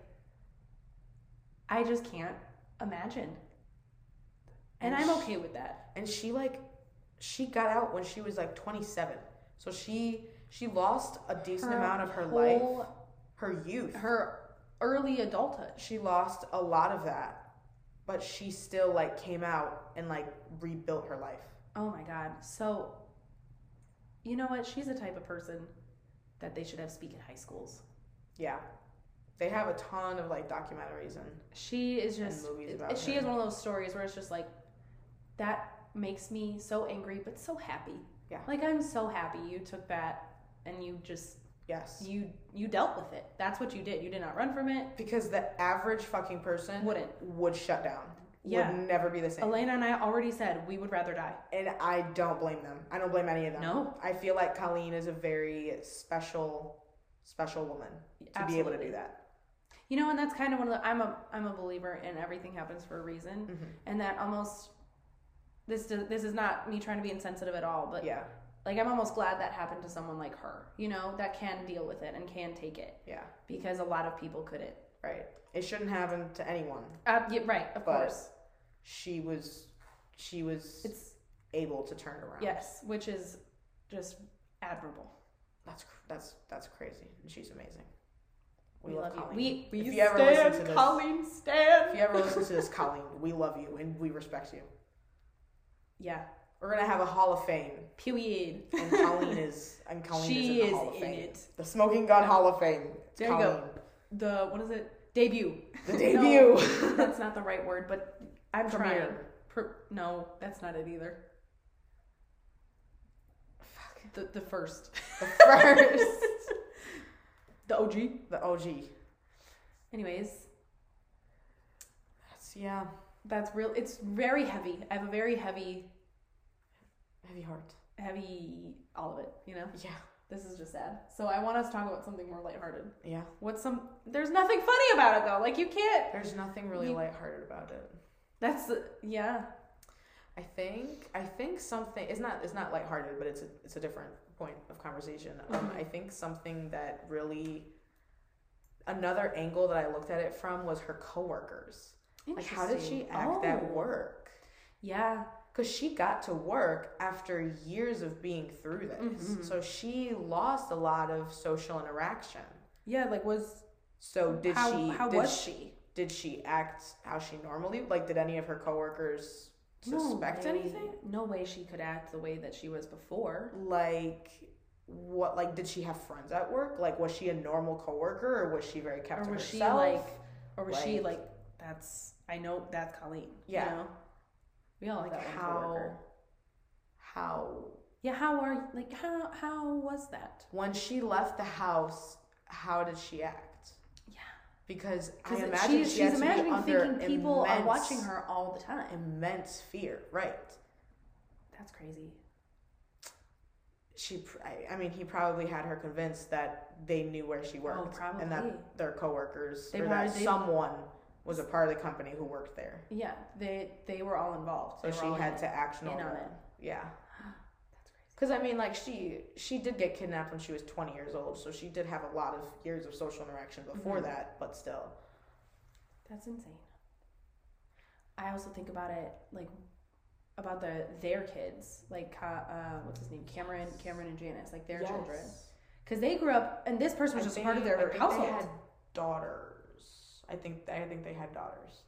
B: I just can't imagine. And I'm okay with that.
A: and she like she got out when she was like 27 so she she lost a decent
B: Her
A: amount of her life
B: whole-
A: her youth
B: Her early adulthood.
A: she lost a lot of that but she still like came out and like rebuilt her life
B: Oh my god. So you know what? She's the type of person that they should have speak at high schools.
A: yeah they have a ton of like documentaries and
B: She is
A: And
B: just
A: movies about
B: she
A: her.
B: is one of those stories where it's just like that makes me so angry but so happy.
A: Yeah.
B: Like I'm so happy you took that and you just
A: Yes.
B: You you dealt with it. That's what you did. You did not run from it.
A: Because the average fucking person
B: Wouldn't.
A: would shut down.
B: Yeah.
A: Would never be the same.
B: Elena and I already said we would rather die.
A: and I don't blame them. I don't blame any of them.
B: No.
A: I feel like Colleen is a very special, special woman to be able to
B: Absolutely.
A: do that.
B: You know, and that's kind of one of the I'm a I'm a believer in everything happens for a reason,
A: Mm-hmm.
B: and that almost this do- this is not me trying to be insensitive at all, but
A: Yeah.
B: like I'm almost glad that happened to someone like her. You know, that can deal with it and can take it
A: Yeah.
B: because a lot of people couldn't.
A: Right. It shouldn't happen to anyone.
B: Uh, yeah, right, of
A: But-
B: course.
A: She was, she was
B: It's
A: able to turn around.
B: yes, which is just admirable.
A: That's cr- that's that's crazy. And she's amazing.
B: We love you.
A: Colleen.
B: We we
A: If you ever listen
B: stand,
A: to this-
B: Colleen,
A: If
B: stand.
A: you ever listen to this, Colleen, we love you and we respect you.
B: Yeah,
A: We're gonna have a Hall of Fame,
B: period.
A: and Colleen is and Colleen
B: She
A: is in
B: is
A: the Hall of
B: in
A: Fame.
B: it.
A: The Smoking Gun Hall of Fame. It's
B: There you
A: Colleen.
B: go. the what is it? Debut.
A: The
B: No.
A: debut.
B: that's not the right word, but I'm
A: Premiere.
B: trying. Per- no, that's not it either. Fuck. The, the first.
A: The first.
B: The OG.
A: the OG.
B: Anyways,
A: That's yeah.
B: that's real. It's very heavy. I have a very heavy,
A: Heavy heart.
B: heavy, all of it, you know?
A: Yeah.
B: This is just sad. So I want us to talk about something more lighthearted.
A: Yeah.
B: What's some. There's nothing funny about it though. Like, you can't.
A: There's nothing really
B: You-
A: lighthearted about it.
B: That's. the- Yeah.
A: I think I think something it's not it's not lighthearted, but it's a it's a different point of conversation. Um,
B: Mhm.
A: I think something that really another angle that I looked at it from was her coworkers. Like how did she
B: Interesting.
A: act
B: Oh.
A: at work?
B: Yeah.
A: Because she got to work after years of being through this,
B: Mhm.
A: so she lost a lot of social interaction.
B: Yeah, like, was.
A: So did
B: how,
A: she?
B: How
A: did
B: was
A: she?
B: she?
A: Did she act how she normally? Like, did any of her coworkers suspect
B: no way-
A: anything?
B: No way she could act the way that she was before.
A: like what like did she have friends at work like was she a normal coworker or was she very kept
B: Or
A: to
B: was she
A: herself
B: like or was she
A: Like-
B: like that's I know that's Colleen.
A: Yeah.
B: You know? We all
A: like
B: have that
A: how
B: one coworker.
A: how
B: Yeah, how are like how how was that?
A: when she left the house how did she act
B: Yeah.
A: because I
B: Because
A: imagine
B: she's,
A: she
B: she's
A: has to be
B: imagining
A: under
B: thinking people
A: immense,
B: are watching her all the time.
A: immense fear right
B: That's crazy.
A: she pr- I- I mean he probably had her convinced that they knew where she worked and
B: probably.
A: that their coworkers
B: They
A: or that
B: probably- they-
A: someone was a part of the company who worked there
B: Yeah, they they were all involved.
A: so
B: They were all
A: she
B: in
A: had
B: it.
A: to act
B: in on
A: normal.
B: it.
A: Yeah,
B: That's crazy.
A: because I mean, like she she did get kidnapped when she was twenty years old, so she did have a lot of years of social interaction before
B: Mhm.
A: that. But still,
B: That's insane. I also think about it like about the their kids, like Ca- uh, what's his name, Cameron, Cameron and Janice, like their children, because they grew up and this person
A: I
B: was just
A: think-
B: part of their
A: I think
B: household.
A: They had daughters. I think I think they had daughters,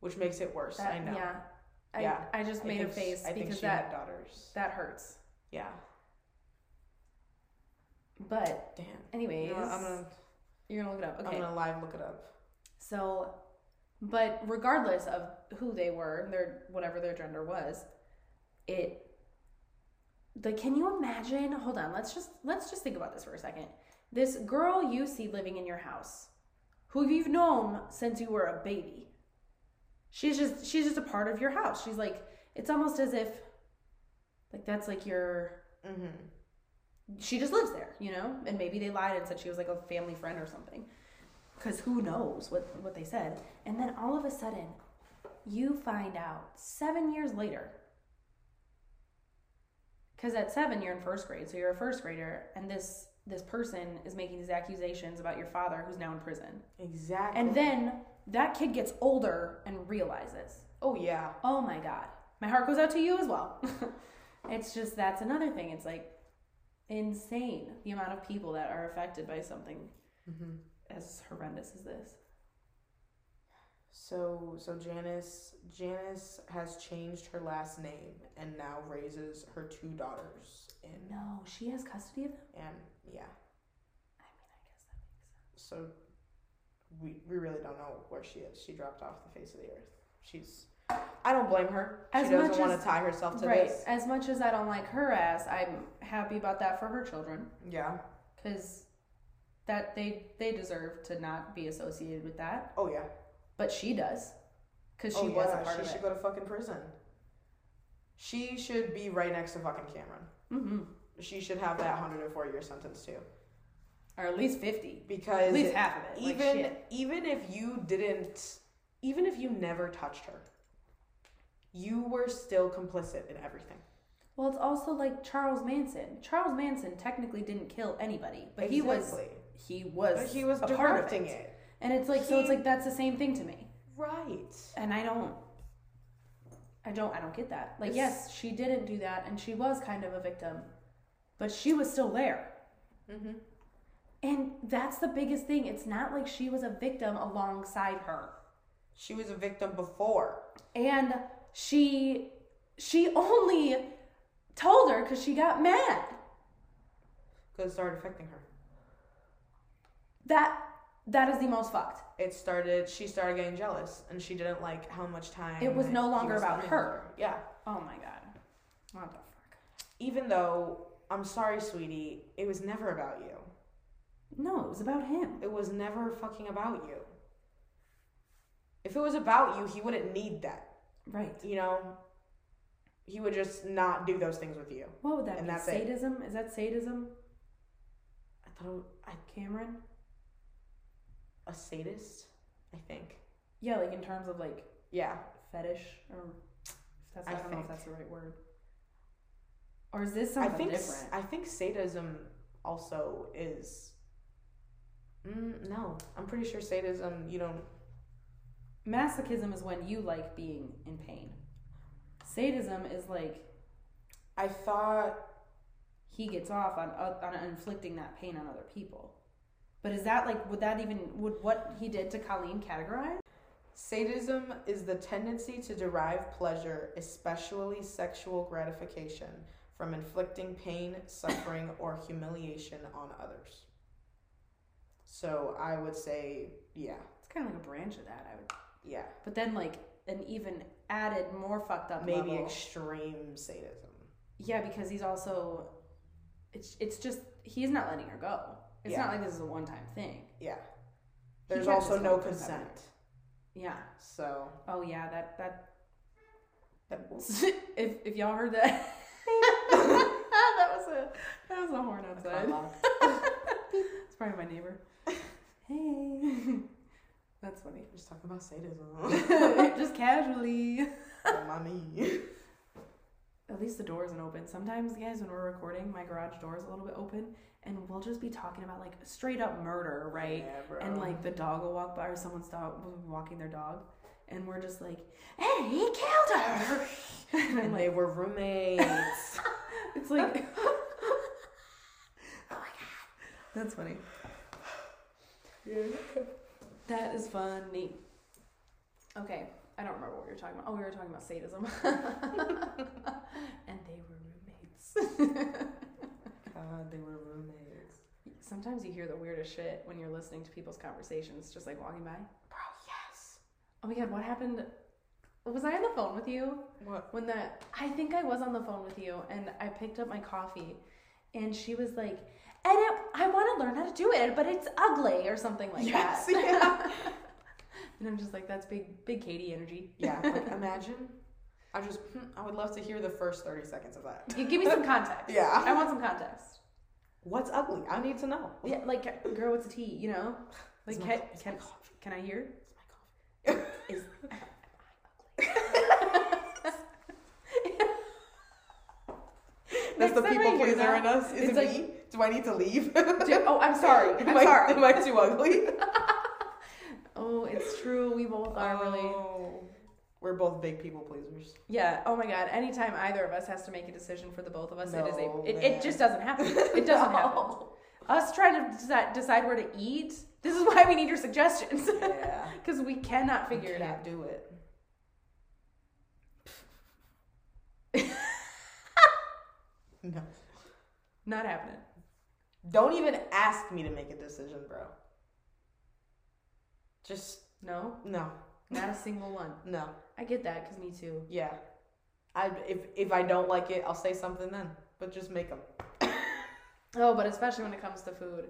A: which makes it worse.
B: That-
A: I know.
B: Yeah, I,
A: Yeah.
B: I just
A: I
B: made a
A: think she-
B: face
A: I think
B: because
A: she
B: that
A: had daughters.
B: that hurts.
A: Yeah.
B: But
A: Damn.
B: anyways,
A: You know what, I'm gonna
B: you're gonna look it up. Okay,
A: I'm gonna live look it up.
B: so, but regardless of who they were, their whatever their gender was, it. Like, can you imagine? Hold on, let's just let's just think about this for a second. This girl you see living in your house, who you've known since you were a baby. She's just she's just a part of your house. She's like it's almost as if, like that's like your
A: Mm-hmm.
B: she just lives there, you know? And maybe they lied and said she was like a family friend or something. Because who knows what, what they said. And then all of a sudden, you find out seven years later. Because at seven, you're in first grade, so you're a first grader, and this this person is making these accusations about your father who's now in prison.
A: Exactly.
B: And then that kid gets older and realizes,
A: oh yeah,
B: oh my god my heart goes out to you as well it's just that's another thing it's like insane the amount of people that are affected by something
A: Mhm.
B: as horrendous as this
A: So so Janice Janice has changed her last name and now raises her two daughters in
B: no she has custody of them
A: and yeah.
B: i mean i guess that makes sense
A: So we we really don't know where she is. She dropped off the face of the earth. She's I don't blame her.
B: As
A: she doesn't
B: much
A: want
B: as-
A: to tie herself to
B: right
A: this.
B: as much as i don't like her ass i'm happy about that for her children
A: Yeah.
B: because that they they deserve to not be associated with that,
A: Oh yeah.
B: but she does because she
A: oh,
B: was
A: yeah,
B: a part
A: she
B: of
A: should
B: it.
A: go to fucking prison. She should be right next to fucking Cameron.
B: hmm
A: She should have that 104 year sentence too.
B: Or at least fifty,
A: Because
B: at least half of it. like,
A: even
B: shit.
A: even if you didn't even if you never touched her, you were still complicit in everything.
B: Well, it's also like Charles Manson. Charles Manson technically didn't kill anybody, but he was
A: Exactly.
B: he was
A: But he was
B: a part of
A: directing
B: it.
A: it.
B: And it's like so it's
A: He-
B: like that's the same thing to me.
A: Right.
B: And I don't I don't I don't get that. Like
A: It's-
B: yes, she didn't do that and she was kind of a victim, but she was still there.
A: Mm-hmm.
B: And that's the biggest thing. It's not like she was a victim alongside her.
A: She was a victim before.
B: And she she only told her cuz she got mad.
A: Because it started affecting her.
B: That that is the most fucked.
A: It started she started getting jealous and she didn't like how much time
B: It was no
A: he
B: longer
A: was
B: about
A: spending
B: her.
A: with Yeah.
B: Oh my god. What the fuck?
A: Even though I'm sorry, sweetie, it was never about you.
B: No, it was about him.
A: It was never fucking about you. If it was about you, he wouldn't need that.
B: Right.
A: You know, he would just not do those things with you.
B: What would that
A: And
B: be?
A: that's it.
B: sadism? Is that sadism,
A: I thought it was, I,
B: Cameron?
A: a sadist, I think.
B: Yeah, like in terms of like
A: Yeah,
B: fetish or if that's I,
A: I
B: don't know
A: think.
B: if that's the right word. Or is this
A: I
B: something
A: think s-
B: different?
A: I think sadism also is. Mm, no, I'm pretty sure sadism. You don't.
B: Masochism is when you like being in pain. Sadism is like
A: I thought
B: he gets off on on inflicting that pain on other people. But is that like would that even would what he did to Colleen categorize?
A: Sadism is the tendency to derive pleasure, especially sexual gratification, from inflicting pain, suffering, or humiliation on others. So I would say, yeah,
B: It's kind of like a branch of that. I would,
A: yeah,
B: but then like an even added more fucked up
A: maybe
B: level.
A: extreme sadism.
B: Yeah, because he's also it's it's just he's not letting her go. It's
A: Yeah.
B: not like this is a one time thing.
A: Yeah.
B: He
A: There's
B: can't
A: also
B: just
A: no
B: let this happen.
A: consent.
B: Yeah.
A: So
B: Oh yeah, that that
A: that-
B: if if y'all heard that that was a that was a horn outside. It's probably my neighbor. Hey. That's funny.
A: We're just talking about sadism.
B: just casually.
A: Oh, Mommy.
B: At least the door isn't open. Sometimes, guys, when we're recording, my garage door is a little bit open, and we'll just be talking about like straight up murder, right?
A: Yeah, bro.
B: and like the dog will walk by or someone's dog will be walking their dog and we're just like hey he killed her and I'm
A: and they
B: like
A: were roommates.
B: it's like oh my god that's funny that is funny okay I don't remember what we were talking about oh we were talking about sadism and they were roommates
A: God, they were roommates.
B: sometimes you hear the weirdest shit when you're listening to people's conversations just like walking by
A: Bro, yes.
B: oh my god what happened was I on the phone with you
A: What?
B: when the I think I was on the phone with you and I picked up my coffee and she was like and it, I want to learn how to do it but it's ugly or something like
A: Yes,
B: that
A: yeah.
B: and I'm just like that's big big Katie energy
A: Yeah, like imagine. I just, hmm, I would love to hear the first 30 seconds of that.
B: You give me some context
A: Yeah.
B: I want some context
A: What's ugly? I need to know.
B: yeah like girl what's a tea you know like
A: It's my
B: can,
A: co- it's
B: can,
A: my coffee.
B: can I hear
A: It's my coffee.
B: is
A: That's the
B: Next time I
A: people
B: hear
A: pleaser
B: that,
A: in us. Is
B: it's
A: it
B: like-
A: me? Do I need to leave?
B: Do- oh I'm sorry I'm
A: am I,
B: sorry
A: Am I too ugly?
B: oh it's true we both are really
A: Oh. We're both big people pleasers.
B: Yeah. Oh my God. Anytime either of us has to make a decision for the both of us, it is
A: No,
B: a. It,
A: man.
B: it just doesn't happen. It doesn't happen. Us trying to deci- decide where to eat. This is why we need your suggestions
A: Yeah.
B: because we cannot figure it
A: Can't
B: out.
A: do it. no.
B: Not happening.
A: Don't even ask me to make a decision, bro. Just
B: No.
A: no,
B: Not a single one.
A: no.
B: I get that because me too.
A: Yeah, I if if I don't like it, I'll say something then. But just make them.
B: Oh, but especially when it comes to food.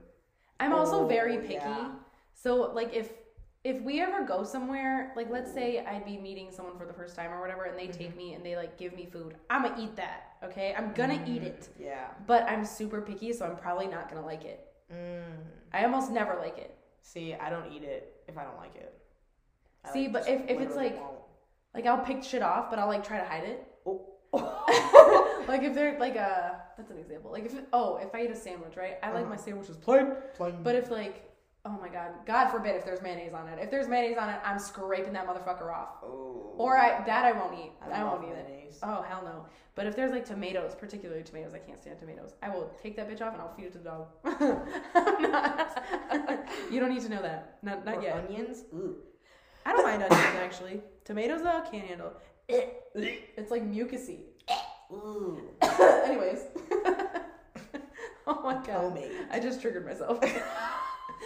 B: I'm also
A: Oh,
B: very picky.
A: yeah.
B: So like if if we ever go somewhere, like let's say I'd be meeting someone for the first time or whatever and they
A: Mm-hmm.
B: take me and they like give me food, I'm gonna eat that. Okay? I'm gonna
A: Mm-hmm.
B: eat it.
A: Yeah.
B: But I'm super picky, so I'm probably not gonna like it.
A: Mm.
B: I almost never like it.
A: See, I don't eat it if I don't like it. I,
B: See, but
A: just
B: if- if it's,
A: literally
B: like-
A: won't.
B: Like I'll pick shit off, but I'll like try to hide it.
A: Oh.
B: like if they're like uh that's an example. Like if oh, if I eat a sandwich, right? I like
A: Uh-huh.
B: my sandwiches
A: plain, plain.
B: But if like, oh my god, God forbid if there's mayonnaise on it. If there's mayonnaise on it, I'm scraping that motherfucker off.
A: oh.
B: Or I that I won't eat. I,
A: love
B: won't eat it.
A: mayonnaise.
B: Oh hell no. But if there's like tomatoes, particularly tomatoes, I can't stand tomatoes. I will take that bitch off and I'll feed it to the dog. I'm not- you don't need to know that. Not not
A: Or
B: yet.
A: Onions. Ooh.
B: I don't mind onions actually. Tomatoes though, can't handle. It's like mucusy.
A: Ooh.
B: Anyways. oh my god.
A: Homemade.
B: I just triggered myself.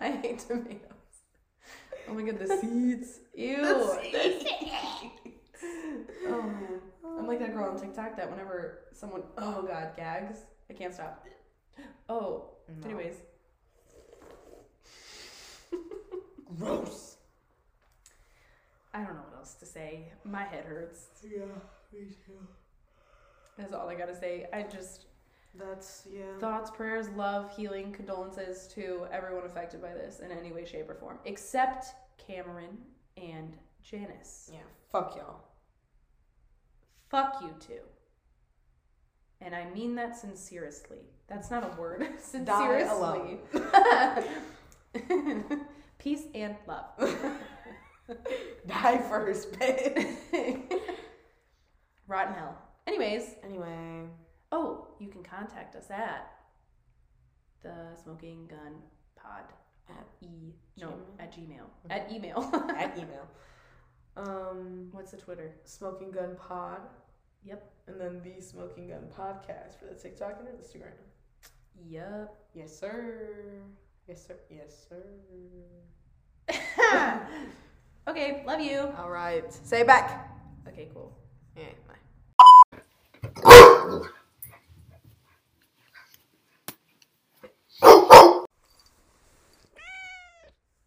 B: I hate tomatoes. Oh my god, the seeds. Ew. Oh man. I'm like that girl on TikTok that whenever someone, oh god, gags, I can't stop. Oh,
A: No.
B: anyways.
A: Gross.
B: I don't know what else to say. My head hurts.
A: Yeah, me too.
B: That's all I gotta say. I just,
A: That's yeah.
B: thoughts, prayers, love, healing, condolences to everyone affected by this in any way, shape, or form, except Cameron and Janice.
A: yeah. Fuck y'all.
B: fuck you two. And I mean that sincerely. That's not a word.
A: Die
B: Sincerely.
A: alone.
B: Peace and love.
A: Die first, bitch.
B: Rotten hell. Anyways,
A: anyway.
B: oh, you can contact us at the smoking gun pod
A: At
B: e no
A: Gmail?
B: at gmail at email.
A: At email. Um,
B: What's the Twitter?
A: smoking gun pod.
B: Yep.
A: And then the smoking gun podcast for the TikTok and Instagram.
B: Yup.
A: Yes, sir. Yes, sir. Yes, sir.
B: okay, love you.
A: All right. Say it back.
B: Okay, cool.
A: Yeah.